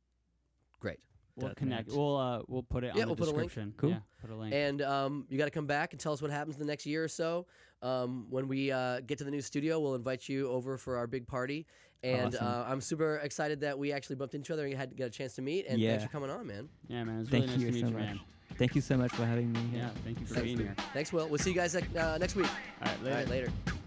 S1: Great.
S4: We'll
S3: Dot
S4: connect.
S3: net.
S4: We'll uh we'll put it
S1: Yeah,
S4: on
S1: we'll
S4: the
S1: put a link.
S4: description.
S3: Cool.
S4: Yeah, put a link.
S1: And um, you got to come back and tell us what happens in the next year or so. Um, when we uh, get to the new studio, we'll invite you over for our big party. And
S3: Awesome.
S1: uh, I'm super excited that we actually bumped into each other and had got a chance to meet. And thanks
S3: Yeah.
S1: for coming on, man.
S4: yeah, man, it's really
S3: Thank
S4: nice to
S3: you
S4: meet
S3: so
S4: you,
S3: much.
S4: man.
S3: Thank you so much for having me.
S4: Yeah,
S3: here.
S4: thank you for being here.
S1: Thanks, Will. We'll see you guys uh, next week.
S4: All right,
S1: All
S4: later.
S1: right, later.